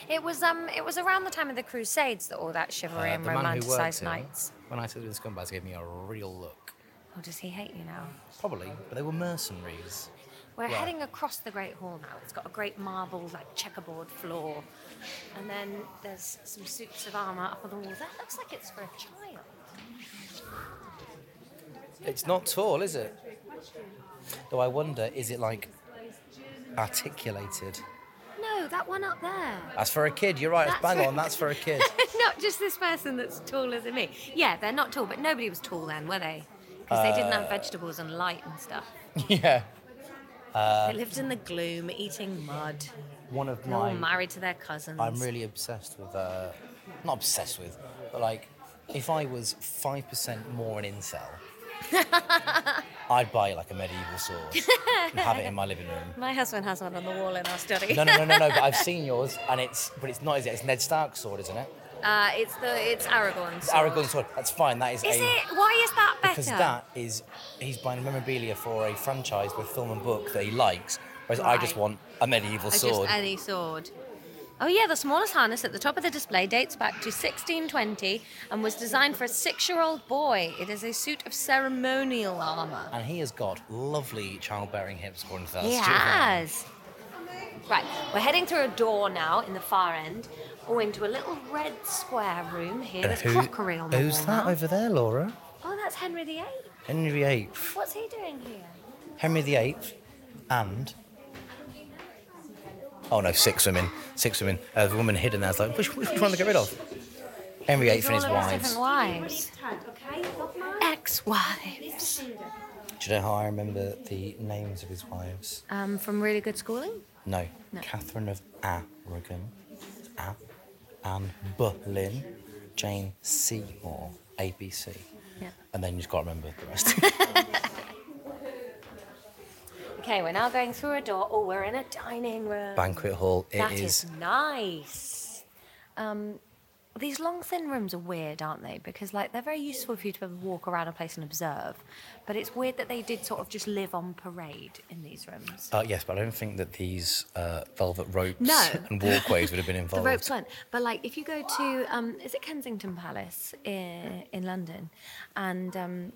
[SPEAKER 2] It was um it was around the time of the Crusades that all that
[SPEAKER 3] Uh,
[SPEAKER 2] chivalry and
[SPEAKER 3] the man who worked
[SPEAKER 2] romanticized
[SPEAKER 3] here,
[SPEAKER 2] knights.
[SPEAKER 3] when I said they were scumbags, gave me a real look.
[SPEAKER 2] Oh, does he hate you now?
[SPEAKER 3] Probably, but they were mercenaries.
[SPEAKER 2] We're
[SPEAKER 3] Yeah.
[SPEAKER 2] heading across the Great Hall now. It's got a great marble, like checkerboard floor, and then there's some suits of armour up on the wall. That looks like it's for a child.
[SPEAKER 3] It's not tall, is it? Though I wonder, is it like articulated?
[SPEAKER 2] No, that one up there.
[SPEAKER 3] That's for a kid. You're right. It's
[SPEAKER 2] That's
[SPEAKER 3] bang
[SPEAKER 2] for-
[SPEAKER 3] on. That's for a kid.
[SPEAKER 2] not just this person that's taller than me. Yeah, they're not tall, but nobody was tall then, were they? Because they
[SPEAKER 3] Uh,
[SPEAKER 2] didn't have vegetables and light and stuff.
[SPEAKER 3] yeah.
[SPEAKER 2] they lived in the gloom, eating mud.
[SPEAKER 3] One of
[SPEAKER 2] They're all
[SPEAKER 3] my.
[SPEAKER 2] married to their cousins.
[SPEAKER 3] I'm really obsessed with, uh, not obsessed with, but like, if I was 5% more an incel, I'd buy like a medieval sword and have it in my living room.
[SPEAKER 2] My husband has one on the wall in our study.
[SPEAKER 3] No, no, no, no, no, but I've seen yours and it's, but it's not, is it? It's Ned Stark's sword, isn't it?
[SPEAKER 2] Uh, it's the it's Aragorn's.
[SPEAKER 3] It's Aragorn's sword. That's fine. That is,
[SPEAKER 2] Is
[SPEAKER 3] a.
[SPEAKER 2] it? Why is that better?
[SPEAKER 3] Because that is, he's buying memorabilia for a franchise with film and book that he likes, whereas I just
[SPEAKER 2] Right.
[SPEAKER 3] want a medieval
[SPEAKER 2] Or
[SPEAKER 3] sword.
[SPEAKER 2] Just any sword. Oh yeah, the smallest harness at the top of the display dates back to 1620 and was designed for a six-year-old boy. It is a suit of ceremonial armor.
[SPEAKER 3] and he has got lovely childbearing hips, according to that.
[SPEAKER 2] He
[SPEAKER 3] Stuart Hall.
[SPEAKER 2] has. Right, we're heading through a door now in the far end, or into a little red square room here. There's
[SPEAKER 3] Uh, Who-
[SPEAKER 2] crockery on the
[SPEAKER 3] Who's
[SPEAKER 2] wall
[SPEAKER 3] that
[SPEAKER 2] now.
[SPEAKER 3] over there, Laura?
[SPEAKER 2] Oh, that's Henry VIII.
[SPEAKER 3] Henry VIII.
[SPEAKER 2] What's he doing here?
[SPEAKER 3] Henry VIII and. Oh no, six women. Six women. Uh, the woman hidden there. I was like, which, which one to get rid of? Henry VIII
[SPEAKER 2] He's
[SPEAKER 3] and his
[SPEAKER 2] all over
[SPEAKER 3] wives.
[SPEAKER 2] Different wives. Ex-wives.
[SPEAKER 3] Do you know how I remember the names of his wives?
[SPEAKER 2] Um, from really good schooling.
[SPEAKER 3] No.
[SPEAKER 2] No.
[SPEAKER 3] Catherine of Aragon, A, Anne Boleyn, Jane Seymour, ABC.
[SPEAKER 2] Yeah.
[SPEAKER 3] And then you've got to remember the rest.
[SPEAKER 2] Okay, we're now going through a door. Oh, we're in a dining room.
[SPEAKER 3] Banquet hall, it
[SPEAKER 2] That
[SPEAKER 3] is.
[SPEAKER 2] is nice. Um, these long thin rooms are weird, aren't they? Because like they're very useful for you to walk around a place and observe, but it's weird that they did sort of just live on parade in these rooms.
[SPEAKER 3] Uh, yes, but I don't think that these uh, velvet ropes
[SPEAKER 2] No.
[SPEAKER 3] and walkways would have been involved.
[SPEAKER 2] The ropes weren't. But like, if you go to, um, is it Kensington Palace in, in London? And um,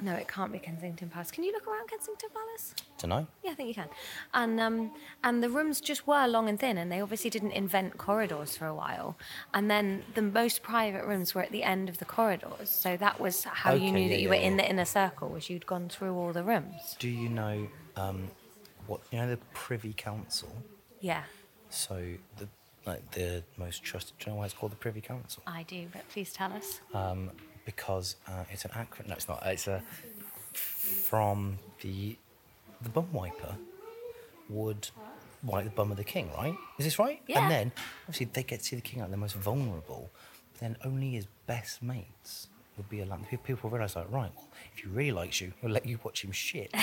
[SPEAKER 2] no, it can't be Kensington Palace. Can you look around Kensington Palace?
[SPEAKER 3] Don't know.
[SPEAKER 2] Yeah, I think you can. And um, and the rooms just were long and thin, and they obviously didn't invent corridors for a while. And then the most private rooms were at the end of the corridors, so that was how
[SPEAKER 3] Okay,
[SPEAKER 2] you knew
[SPEAKER 3] yeah,
[SPEAKER 2] that you
[SPEAKER 3] yeah,
[SPEAKER 2] were in
[SPEAKER 3] yeah.
[SPEAKER 2] the inner circle, was you'd gone through all the rooms.
[SPEAKER 3] Do you know um, what? You know the Privy Council.
[SPEAKER 2] Yeah,
[SPEAKER 3] So the like the most trusted. Do you know why it's called the Privy Council?
[SPEAKER 2] I do. But please tell us.
[SPEAKER 3] Um, because uh, it's an acronym. No, it's not. It's a from the the bum wiper would wipe the bum of the king, right? Is this right?
[SPEAKER 2] Yeah.
[SPEAKER 3] And then obviously they get to see the king like the most vulnerable. Then only his best mates would be allowed. pe- People realise like, right, well, if he really likes you, he'll let you watch him shit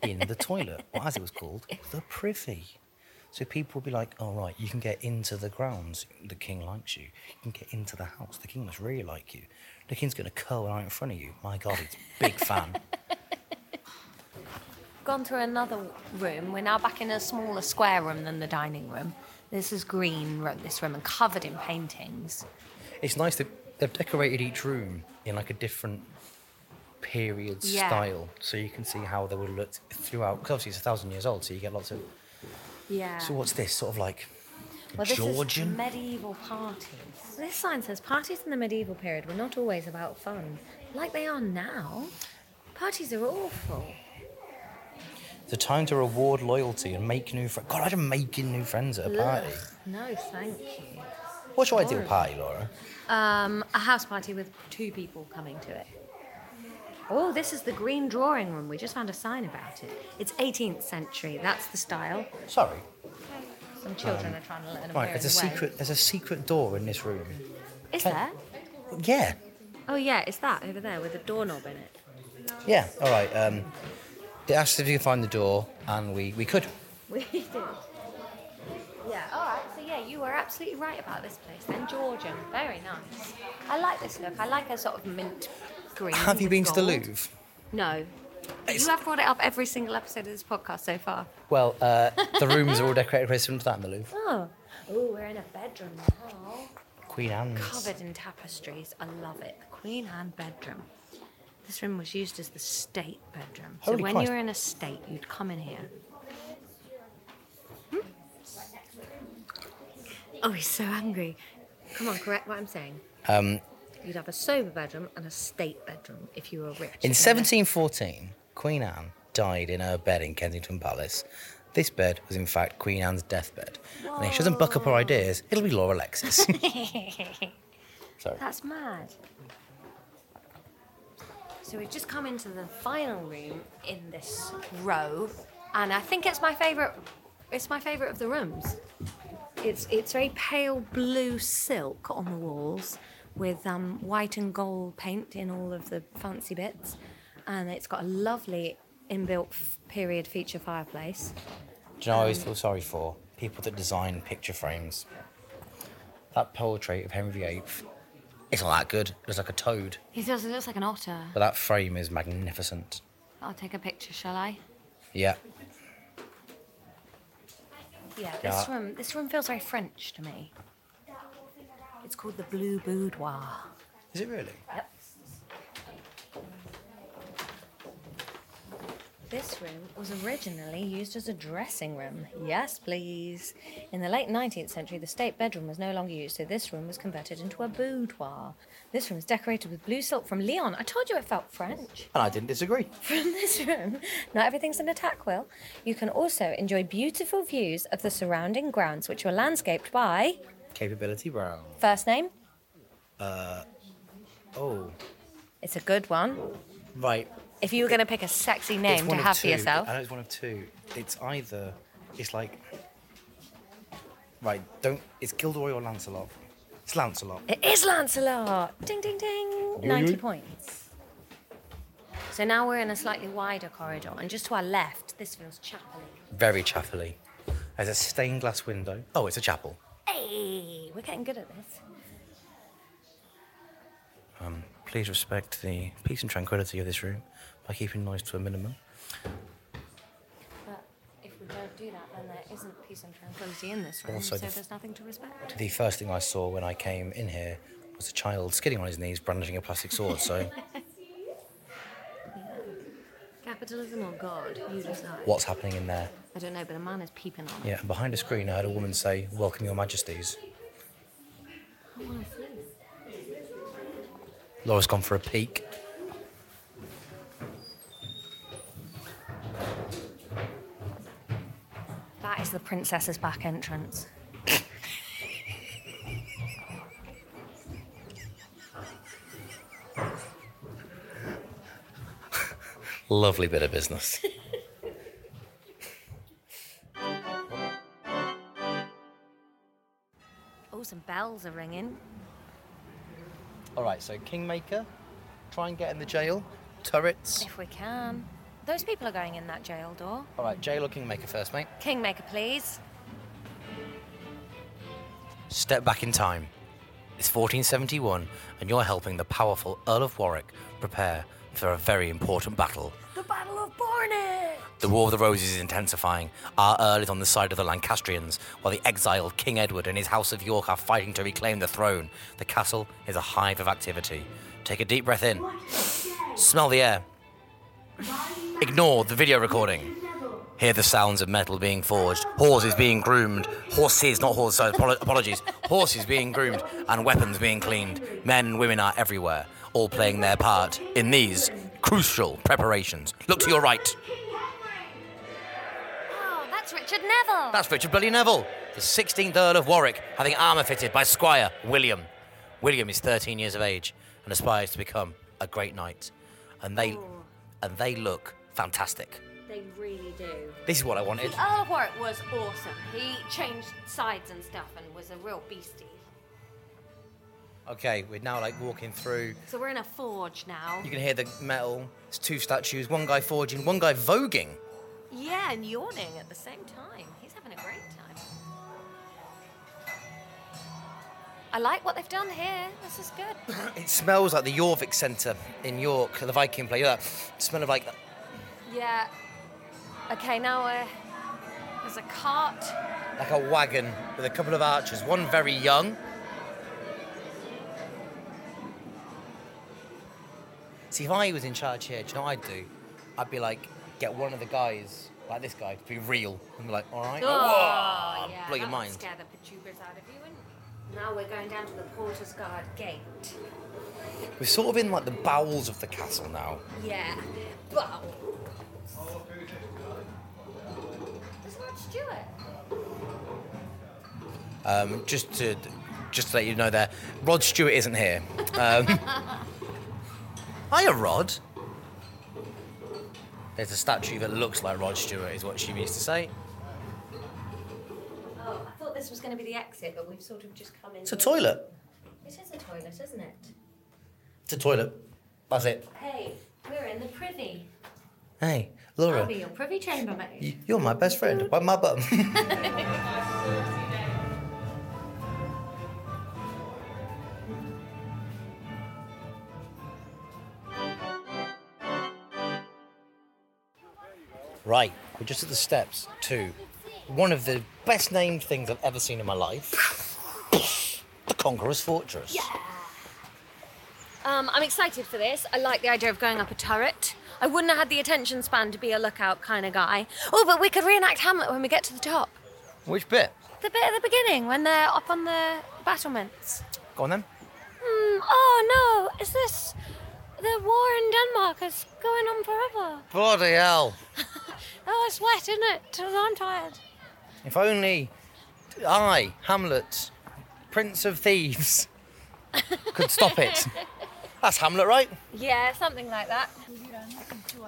[SPEAKER 3] in the toilet, or as it was called, the privy. So people would be like, all right, oh, right, you can get into the grounds. The king likes you. You can get into the house. The king must really like you. The king's going to curl out in front of you. My God, he's a big fan.
[SPEAKER 2] Gone through another room. We're now back in a smaller square room than the dining room. This is green. ro- This room and covered in paintings.
[SPEAKER 3] It's nice that they've decorated each room in like a different period
[SPEAKER 2] Yeah.
[SPEAKER 3] style, so you can see how they would have looked throughout. Because obviously it's a thousand years old, so you get lots of.
[SPEAKER 2] Yeah.
[SPEAKER 3] So what's this sort of like?
[SPEAKER 2] Well, this is
[SPEAKER 3] Georgian.
[SPEAKER 2] medieval parties. This sign says parties in the medieval period were not always about fun, like they are now. Parties are awful.
[SPEAKER 3] the time to reward loyalty and make new friends. God, imagine making new friends at a party.
[SPEAKER 2] Ugh, no, thank you.
[SPEAKER 3] What's your ideal
[SPEAKER 2] Horrible.
[SPEAKER 3] party, Laura?
[SPEAKER 2] Um, a house party with two people coming to it. Oh, this is the green drawing room. We just found a sign about it. It's 18th century. That's the style.
[SPEAKER 3] Sorry.
[SPEAKER 2] Some children
[SPEAKER 3] Um,
[SPEAKER 2] are trying to learn
[SPEAKER 3] Right,
[SPEAKER 2] where
[SPEAKER 3] there's a
[SPEAKER 2] and when.
[SPEAKER 3] secret. There's a secret door in this room.
[SPEAKER 2] Is
[SPEAKER 3] Can-
[SPEAKER 2] there?
[SPEAKER 3] Yeah,
[SPEAKER 2] Oh yeah, it's that over there with a doorknob in it.
[SPEAKER 3] yeah. All right. Um, it asked if you could find the door, and we we could.
[SPEAKER 2] We did. Yeah, all right. So, yeah, you were absolutely right about this place. And Georgian, very nice. I like this look. I like a sort of mint green.
[SPEAKER 3] Have you
[SPEAKER 2] with
[SPEAKER 3] been to the
[SPEAKER 2] gold.
[SPEAKER 3] Louvre?
[SPEAKER 2] No. You have brought it up every single episode of this podcast so far.
[SPEAKER 3] Well, uh, the rooms are all decorated very similar to that in the Louvre.
[SPEAKER 2] Oh. Oh, we're in a bedroom now.
[SPEAKER 3] Queen Anne's.
[SPEAKER 2] Covered in tapestries. I love it. The Queen Anne bedroom. This room was used as the state bedroom.
[SPEAKER 3] Holy
[SPEAKER 2] so when
[SPEAKER 3] Christ.
[SPEAKER 2] you were in a state, you'd come in here. Hmm? Oh, he's so angry. Come on, correct what I'm saying.
[SPEAKER 3] Um,
[SPEAKER 2] You'd have a sober bedroom and a state bedroom if you were rich.
[SPEAKER 3] in
[SPEAKER 2] And
[SPEAKER 3] 1714, Queen Anne died in her bed in Kensington Palace. This bed was, in fact, Queen Anne's deathbed. And if she doesn't buck up her ideas, it'll be Laura Alexis.
[SPEAKER 2] then-
[SPEAKER 3] Sorry.
[SPEAKER 2] That's mad. So we've just come into the final room in this row, and I think it's my favourite. It's my favourite of the rooms. It's it's very pale blue silk on the walls, with um, white and gold paint in all of the fancy bits, and it's got a lovely inbuilt f- period feature fireplace.
[SPEAKER 3] Do you know what I
[SPEAKER 2] um,
[SPEAKER 3] always feel sorry for? People that design picture frames. That portrait of Henry VIII, it's not that good. It's like a toad.
[SPEAKER 2] He does. It looks like an otter.
[SPEAKER 3] But that frame is magnificent.
[SPEAKER 2] I'll take a picture, shall I?
[SPEAKER 3] Yeah.
[SPEAKER 2] Yeah, this
[SPEAKER 3] Yeah.
[SPEAKER 2] room this room feels very French to me. It's called the Blue Boudoir.
[SPEAKER 3] Is it really?
[SPEAKER 2] Yep. This room was originally used as a dressing room. Yes, please. In the late 19th century, the state bedroom was no longer used, so this room was converted into a boudoir. This room is decorated with blue silk from Lyon. I told you it felt French.
[SPEAKER 3] And I didn't disagree.
[SPEAKER 2] From this room, not everything's an attack, Will. You can also enjoy beautiful views of the surrounding grounds, which were landscaped by
[SPEAKER 3] Capability Brown.
[SPEAKER 2] first name
[SPEAKER 3] Uh, oh,
[SPEAKER 2] It's a good one.
[SPEAKER 3] right.
[SPEAKER 2] If you were going to pick a sexy
[SPEAKER 3] It's
[SPEAKER 2] name to
[SPEAKER 3] one of
[SPEAKER 2] have for
[SPEAKER 3] two.
[SPEAKER 2] yourself,
[SPEAKER 3] I know it's one of two. It's either it's like right. Don't it's Gilderoy or Lancelot. It's Lancelot.
[SPEAKER 2] it is Lancelot. Ding, ding, ding. 90
[SPEAKER 3] Yoink.
[SPEAKER 2] points. So now we're in a slightly wider corridor, and just to our left, this feels chapel.
[SPEAKER 3] Very chappelly. There's a stained glass window. Oh, it's a chapel.
[SPEAKER 2] Hey, we're getting good at this.
[SPEAKER 3] Um, please respect the peace and tranquility of this room by keeping noise to a minimum.
[SPEAKER 2] But if we don't do that, then there isn't peace and tranquility in this room,
[SPEAKER 3] Also
[SPEAKER 2] so
[SPEAKER 3] the f-
[SPEAKER 2] there's nothing to respect.
[SPEAKER 3] The first thing I saw when I came in here was a child skidding on his knees, brandishing a plastic sword. So,
[SPEAKER 2] Capitalism or God, you decide.
[SPEAKER 3] what's happening in there?
[SPEAKER 2] I don't know, but a man is peeping on.
[SPEAKER 3] Yeah, and behind a screen, I heard a woman say, "Welcome, Your Majesties."
[SPEAKER 2] I wanna see.
[SPEAKER 3] Laura's gone for a peek.
[SPEAKER 2] That is the princess's back entrance.
[SPEAKER 3] Lovely bit of business.
[SPEAKER 2] Oh, some bells are ringing.
[SPEAKER 3] All right, so Kingmaker, try and get in the jail. Turrets.
[SPEAKER 2] If we can. Those people are going in that jail door.
[SPEAKER 3] All right, jail or Kingmaker first, mate.
[SPEAKER 2] Kingmaker, please.
[SPEAKER 3] Step back in time. It's 1471, and you're helping the powerful Earl of Warwick prepare for a very important battle.
[SPEAKER 2] The Battle of Barnet!
[SPEAKER 3] The War of the Roses is intensifying. Our Earl is on the side of the Lancastrians, while the exiled King Edward and his House of York are fighting to reclaim the throne. The castle is a hive of activity. Take a deep breath in. Smell the air. Ignore the video recording. Hear the sounds of metal being forged, horses being groomed, horses, not horses, sorry, apolo- apologies, horses being groomed, and weapons being cleaned. Men and women are everywhere, all playing their part in these crucial preparations. Look to your right.
[SPEAKER 10] Oh, that's Richard Neville.
[SPEAKER 3] That's Richard Bloody Neville, the 16th Earl of Warwick, having armour fitted by Squire William. William is 13 years of age and aspires to become a great knight. And they, and they look fantastic.
[SPEAKER 4] They really do.
[SPEAKER 3] This is what I wanted.
[SPEAKER 4] The Earl of Warwick was awesome. He changed sides and stuff and was a real beastie.
[SPEAKER 3] Okay, we're now like walking through.
[SPEAKER 4] So we're in a forge now.
[SPEAKER 3] You can hear the metal. It's two statues, one guy forging, one guy voguing.
[SPEAKER 2] Yeah, and yawning at the same time. He's having a great time. I like what they've done here. This is good.
[SPEAKER 3] It smells like the Jorvik Centre in York, the Viking play. You know that smell of like
[SPEAKER 2] yeah. Okay, now uh, there's a cart.
[SPEAKER 3] like a wagon with a couple of archers, one very young. See, if I was in charge here, do you know what I'd do? I'd be like, get one of the guys, like this guy, to be real, and be like, all right,
[SPEAKER 2] Oh,
[SPEAKER 3] whoa,
[SPEAKER 2] yeah, that
[SPEAKER 3] blow your
[SPEAKER 2] would
[SPEAKER 3] mind.
[SPEAKER 2] Scare the petubers out of you. And now we're going down to the Porter's Guard gate.
[SPEAKER 3] We're sort of in like the bowels of the castle now.
[SPEAKER 2] Yeah. Wow. There's Lord Stuart.
[SPEAKER 3] Um, just to just to let you know, there, Rod Stewart isn't here. Um, hiya, Rod. There's a statue that looks like Rod Stewart, is what she used to say.
[SPEAKER 2] Oh, I thought this was going to be the exit, but we've sort of just come in.
[SPEAKER 3] It's a toilet.
[SPEAKER 2] It is a toilet, isn't it?
[SPEAKER 3] It's a toilet. That's it.
[SPEAKER 2] Hey, we're in the privy.
[SPEAKER 3] Hey,
[SPEAKER 2] I'll
[SPEAKER 3] Laura,
[SPEAKER 2] be your privy chambermaid.
[SPEAKER 3] y- you're my best friend. Why my bum? right, we're just at the steps to one of the best named things I've ever seen in my life the Conqueror's Fortress.
[SPEAKER 2] Um, I'm excited for this. I like the idea of going up a turret. I wouldn't have had the attention span to be a lookout kind of guy. Oh, but we could reenact Hamlet when we get to the top.
[SPEAKER 3] Which bit?
[SPEAKER 2] The bit at the beginning when they're up on the battlements.
[SPEAKER 3] Go on then.
[SPEAKER 2] Hmm. oh no, is this the war in Denmark is going on forever?
[SPEAKER 3] Bloody hell.
[SPEAKER 2] Oh, it's wet, isn't it? And I'm tired.
[SPEAKER 3] If only I, Hamlet, Prince of Thieves, Could stop it. That's Hamlet, right?
[SPEAKER 10] Yeah, something like that.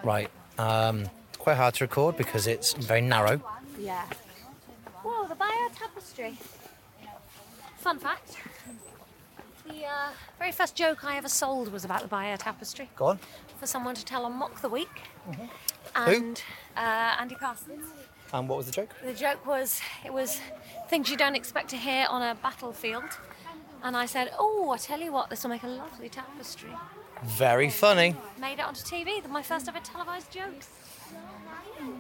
[SPEAKER 3] Right. Um, it's quite hard to record because it's very narrow.
[SPEAKER 10] Yeah. Whoa, the Bayeux Tapestry.
[SPEAKER 2] Fun fact. The uh, very first joke I ever sold was about the Bayeux Tapestry.
[SPEAKER 3] Go on.
[SPEAKER 2] For someone to tell on Mock the Week.
[SPEAKER 3] Who?
[SPEAKER 2] And uh, Andy Parsons.
[SPEAKER 3] And what was the joke?
[SPEAKER 2] The joke was it was things you don't expect to hear on a battlefield. And I said, Oh, I tell you what, this will make a lovely tapestry.
[SPEAKER 3] Very funny.
[SPEAKER 2] Made it onto TV, my first ever televised joke.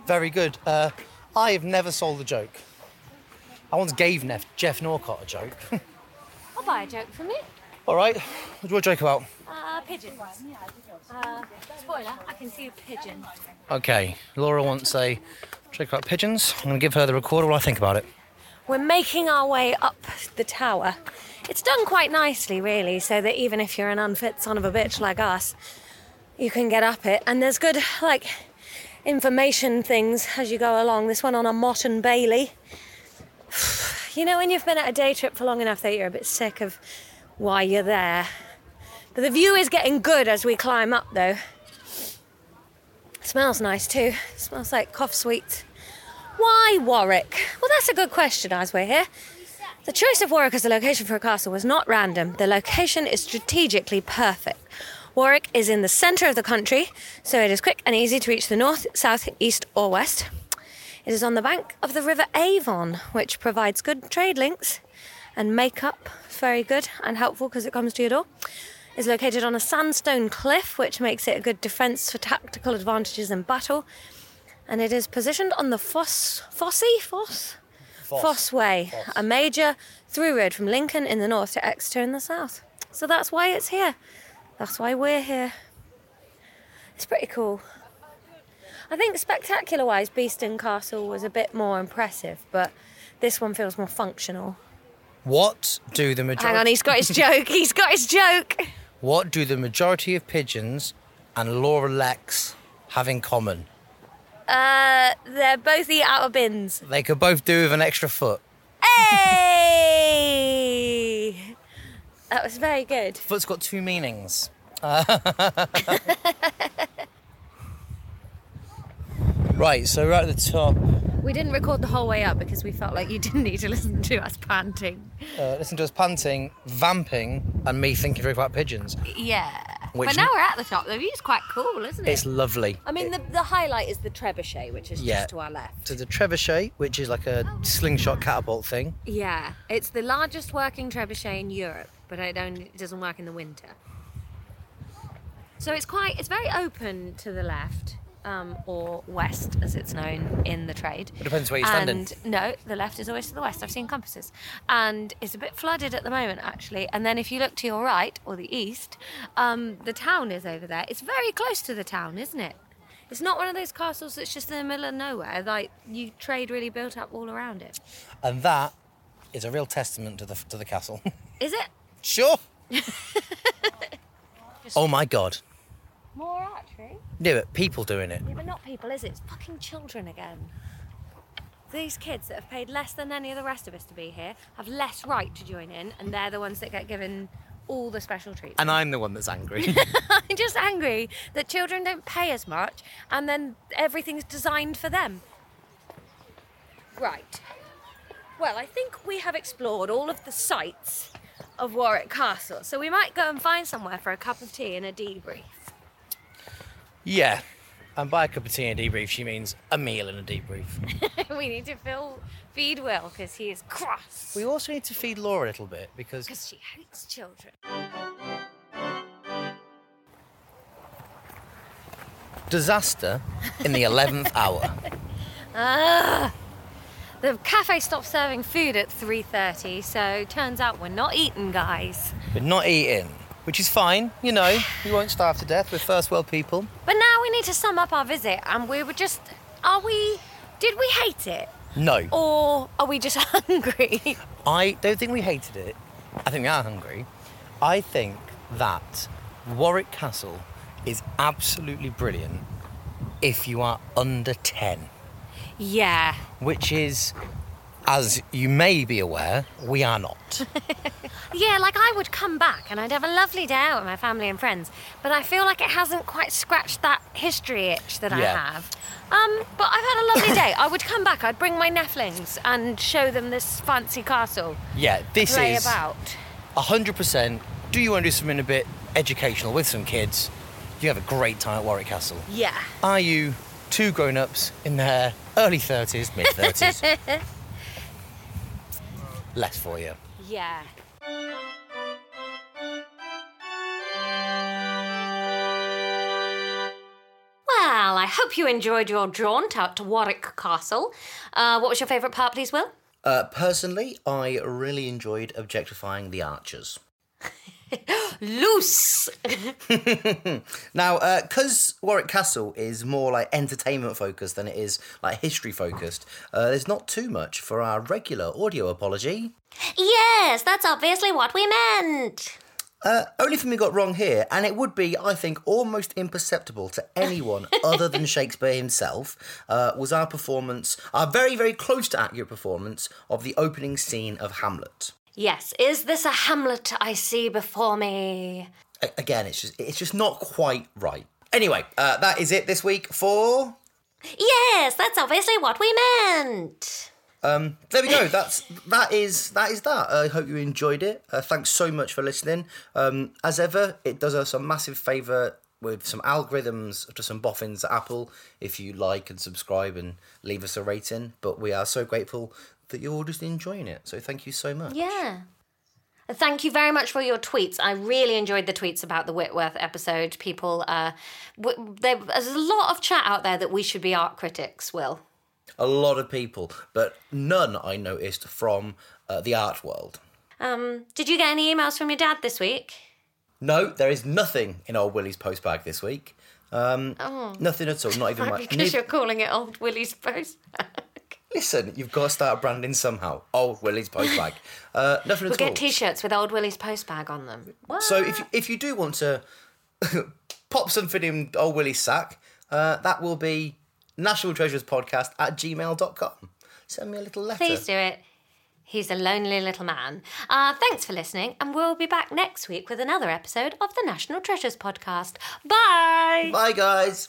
[SPEAKER 3] Very good. Uh, I have never sold a joke. I once gave Nef- Jeff Norcott a joke.
[SPEAKER 2] I'll buy a joke from you.
[SPEAKER 3] All right. What do you want to joke about?
[SPEAKER 2] Uh, pigeons. Uh, spoiler, I can see a pigeon.
[SPEAKER 3] Okay. Laura wants a joke about pigeons. I'm going to give her the recorder while I think about it.
[SPEAKER 2] We're making our way up the tower. It's done quite nicely, really, so that even if you're an unfit son of a bitch like us, you can get up it. And there's good, like, information things as you go along. This one on a Mott and Bailey. You know, when you've been at a day trip for long enough that you're a bit sick of why you're there. But the view is getting good as we climb up, though. Smells nice, too. Smells like cough sweets. Why Warwick? Well, that's a good question as we're here. The choice of Warwick as a location for a castle was not random. The location is strategically perfect. Warwick is in the centre of the country, so it is quick and easy to reach the north, south, east, or west. It is on the bank of the River Avon, which provides good trade links and makeup. It's very good and helpful because it comes to your door. Is located on a sandstone cliff, which makes it a good defence for tactical advantages in battle and it is positioned on the Foss Fossey Foss
[SPEAKER 10] Foss.
[SPEAKER 2] Foss Way, a major through road from Lincoln in the north to Exeter in the south. So that's why it's here. That's why we're here. It's pretty cool. I think spectacular wise, Beeston Castle was a bit more impressive, but this one feels more functional.
[SPEAKER 3] What do the majority?
[SPEAKER 2] Hang on, he's got his joke. He's got his joke.
[SPEAKER 3] What do the majority of pigeons and Laura Lex have in common?
[SPEAKER 2] Uh, they're both eat out of bins.
[SPEAKER 3] They could both do with an extra foot.
[SPEAKER 2] Hey! That was very good.
[SPEAKER 3] Foot's got two meanings. right, so we're at the top.
[SPEAKER 2] We didn't record the whole way up because we felt like you didn't need to listen to us panting.
[SPEAKER 3] Uh, listen to us panting, vamping, and me thinking very about pigeons.
[SPEAKER 10] Yeah.
[SPEAKER 3] Which-
[SPEAKER 10] but now we're at the top. The view's quite cool, isn't it?
[SPEAKER 3] It's lovely.
[SPEAKER 10] I mean, the, the highlight is the trebuchet, which is
[SPEAKER 3] Yeah.
[SPEAKER 10] just to our left.
[SPEAKER 3] To the trebuchet, which is
[SPEAKER 2] Oh,
[SPEAKER 3] like a slingshot catapult thing.
[SPEAKER 2] Yeah, it's the largest working trebuchet in Europe, but it only it doesn't work in the winter. So it's quite it's very open to the left um, or west, as it's known in the trade.
[SPEAKER 3] It depends where you're standing.
[SPEAKER 2] and no, the left is always to the west. I've seen compasses, and it's a bit flooded at the moment actually. And then if you look to your right or the east, um, the town is over there. It's very close to the town, isn't it? It's not one of those castles that's just in the middle of nowhere. Like you trade really built up all around it.
[SPEAKER 3] And that is a real testament to the to the castle.
[SPEAKER 2] Is it?
[SPEAKER 3] sure. oh my god.
[SPEAKER 2] More archery?
[SPEAKER 3] Do it. People doing it.
[SPEAKER 2] Yeah, but not people, is it? It's fucking children again. These kids that have paid less than any of the rest of us to be here have less right to join in, and they're the ones that get given all the special treatment.
[SPEAKER 3] And I'm the one that's angry.
[SPEAKER 2] I'm just angry that children don't pay as much, and then everything's designed for them. Right. Well, I think we have explored all of the sights of Warwick Castle, so we might go and find somewhere for a cup of tea and a debrief.
[SPEAKER 3] yeah. And by a cup of tea and a debrief, she means a meal and a debrief.
[SPEAKER 2] we need to fill, feed Will because he is cross
[SPEAKER 3] we also need to feed Laura a little bit because
[SPEAKER 2] because she hates children.
[SPEAKER 3] disaster in the 11th hour.
[SPEAKER 2] Ah, the cafe stopped serving food at 3:30, so turns out we're not eating, guys.
[SPEAKER 3] We're not eating, which is fine, you know, we won't starve to death. We're first world people.
[SPEAKER 2] But now we need to sum up our visit, and we were just, are we? Did we hate it,
[SPEAKER 3] No.
[SPEAKER 2] or are we just hungry?
[SPEAKER 3] I don't think we hated it. I think we are hungry. I think that Warwick Castle is absolutely brilliant if you are under 10,
[SPEAKER 2] yeah,
[SPEAKER 3] which is
[SPEAKER 4] As you may be aware, we are not.
[SPEAKER 10] Yeah, like I would come back and I'd have a lovely day out with my family and friends, but I feel like it hasn't quite scratched that history itch that I
[SPEAKER 4] Yeah.
[SPEAKER 10] have. Um, but I've had a lovely day. I would come back, I'd bring my Neflings and show them this fancy castle.
[SPEAKER 4] Yeah, this
[SPEAKER 10] lay
[SPEAKER 4] is
[SPEAKER 10] about.
[SPEAKER 4] 100%. Do you want to do something a bit educational with some kids? You have a great time at Warwick Castle.
[SPEAKER 10] Yeah.
[SPEAKER 4] Are you two grown ups in their early 30s, mid 30s? Less for you.
[SPEAKER 10] yeah.
[SPEAKER 2] Well, I hope you enjoyed your jaunt out to Warwick Castle. Uh, what was your favourite part, please, Will?
[SPEAKER 3] Uh, personally, I really enjoyed objectifying the archers.
[SPEAKER 2] Loose!
[SPEAKER 3] Now, because Warwick Castle is more like entertainment focused than it is like history focused, uh, there's not too much for our regular audio apology.
[SPEAKER 2] yes, that's obviously what we meant.
[SPEAKER 3] Uh, only thing we got wrong here, and it would be, I think, almost imperceptible to anyone other than Shakespeare himself, uh, was our performance, our very, very close to accurate performance of the opening scene of Hamlet.
[SPEAKER 2] Yes, is this a Hamlet I see before me?
[SPEAKER 3] A- again, it's just, it's just not quite right. Anyway, uh, that is it this week for.
[SPEAKER 2] Yes, that's obviously what we meant.
[SPEAKER 3] Um, there we go. That's that is that is that. I hope you enjoyed it. Uh, thanks so much for listening. Um, as ever, it does us a massive favour with some algorithms to some boffins at Apple if you like and subscribe and leave us a rating. But we are so grateful that you're all just enjoying it. So thank you so much.
[SPEAKER 2] Yeah. Thank you very much for your tweets. I really enjoyed the tweets about the Whitworth episode. People, uh, w- there, there's a lot of chat out there that we should be art critics, Will.
[SPEAKER 3] A lot of people, but none I noticed from uh, the art world.
[SPEAKER 2] Um, did you get any emails from your dad this week?
[SPEAKER 3] No, there is nothing in old Willie's post bag this week. Um, Nothing at all. Not even my.
[SPEAKER 2] Oh. because
[SPEAKER 3] neith-
[SPEAKER 2] you're calling it Old Willie's post.
[SPEAKER 3] Listen, you've got to start branding somehow. Oh, Old Willie's post bag. Uh, nothing
[SPEAKER 2] We'll
[SPEAKER 3] at all.
[SPEAKER 2] get T-shirts with Old Willie's post bag on them. What?
[SPEAKER 3] so if you, if you do want to pop something in Old Willie's sack, uh, that will be National Treasures Podcast at gmail.com. Send me a little letter.
[SPEAKER 2] Please do it. He's a lonely little man. Uh, thanks for listening, and we'll be back next week with another episode of the National Treasures podcast. Bye.
[SPEAKER 3] Bye, guys.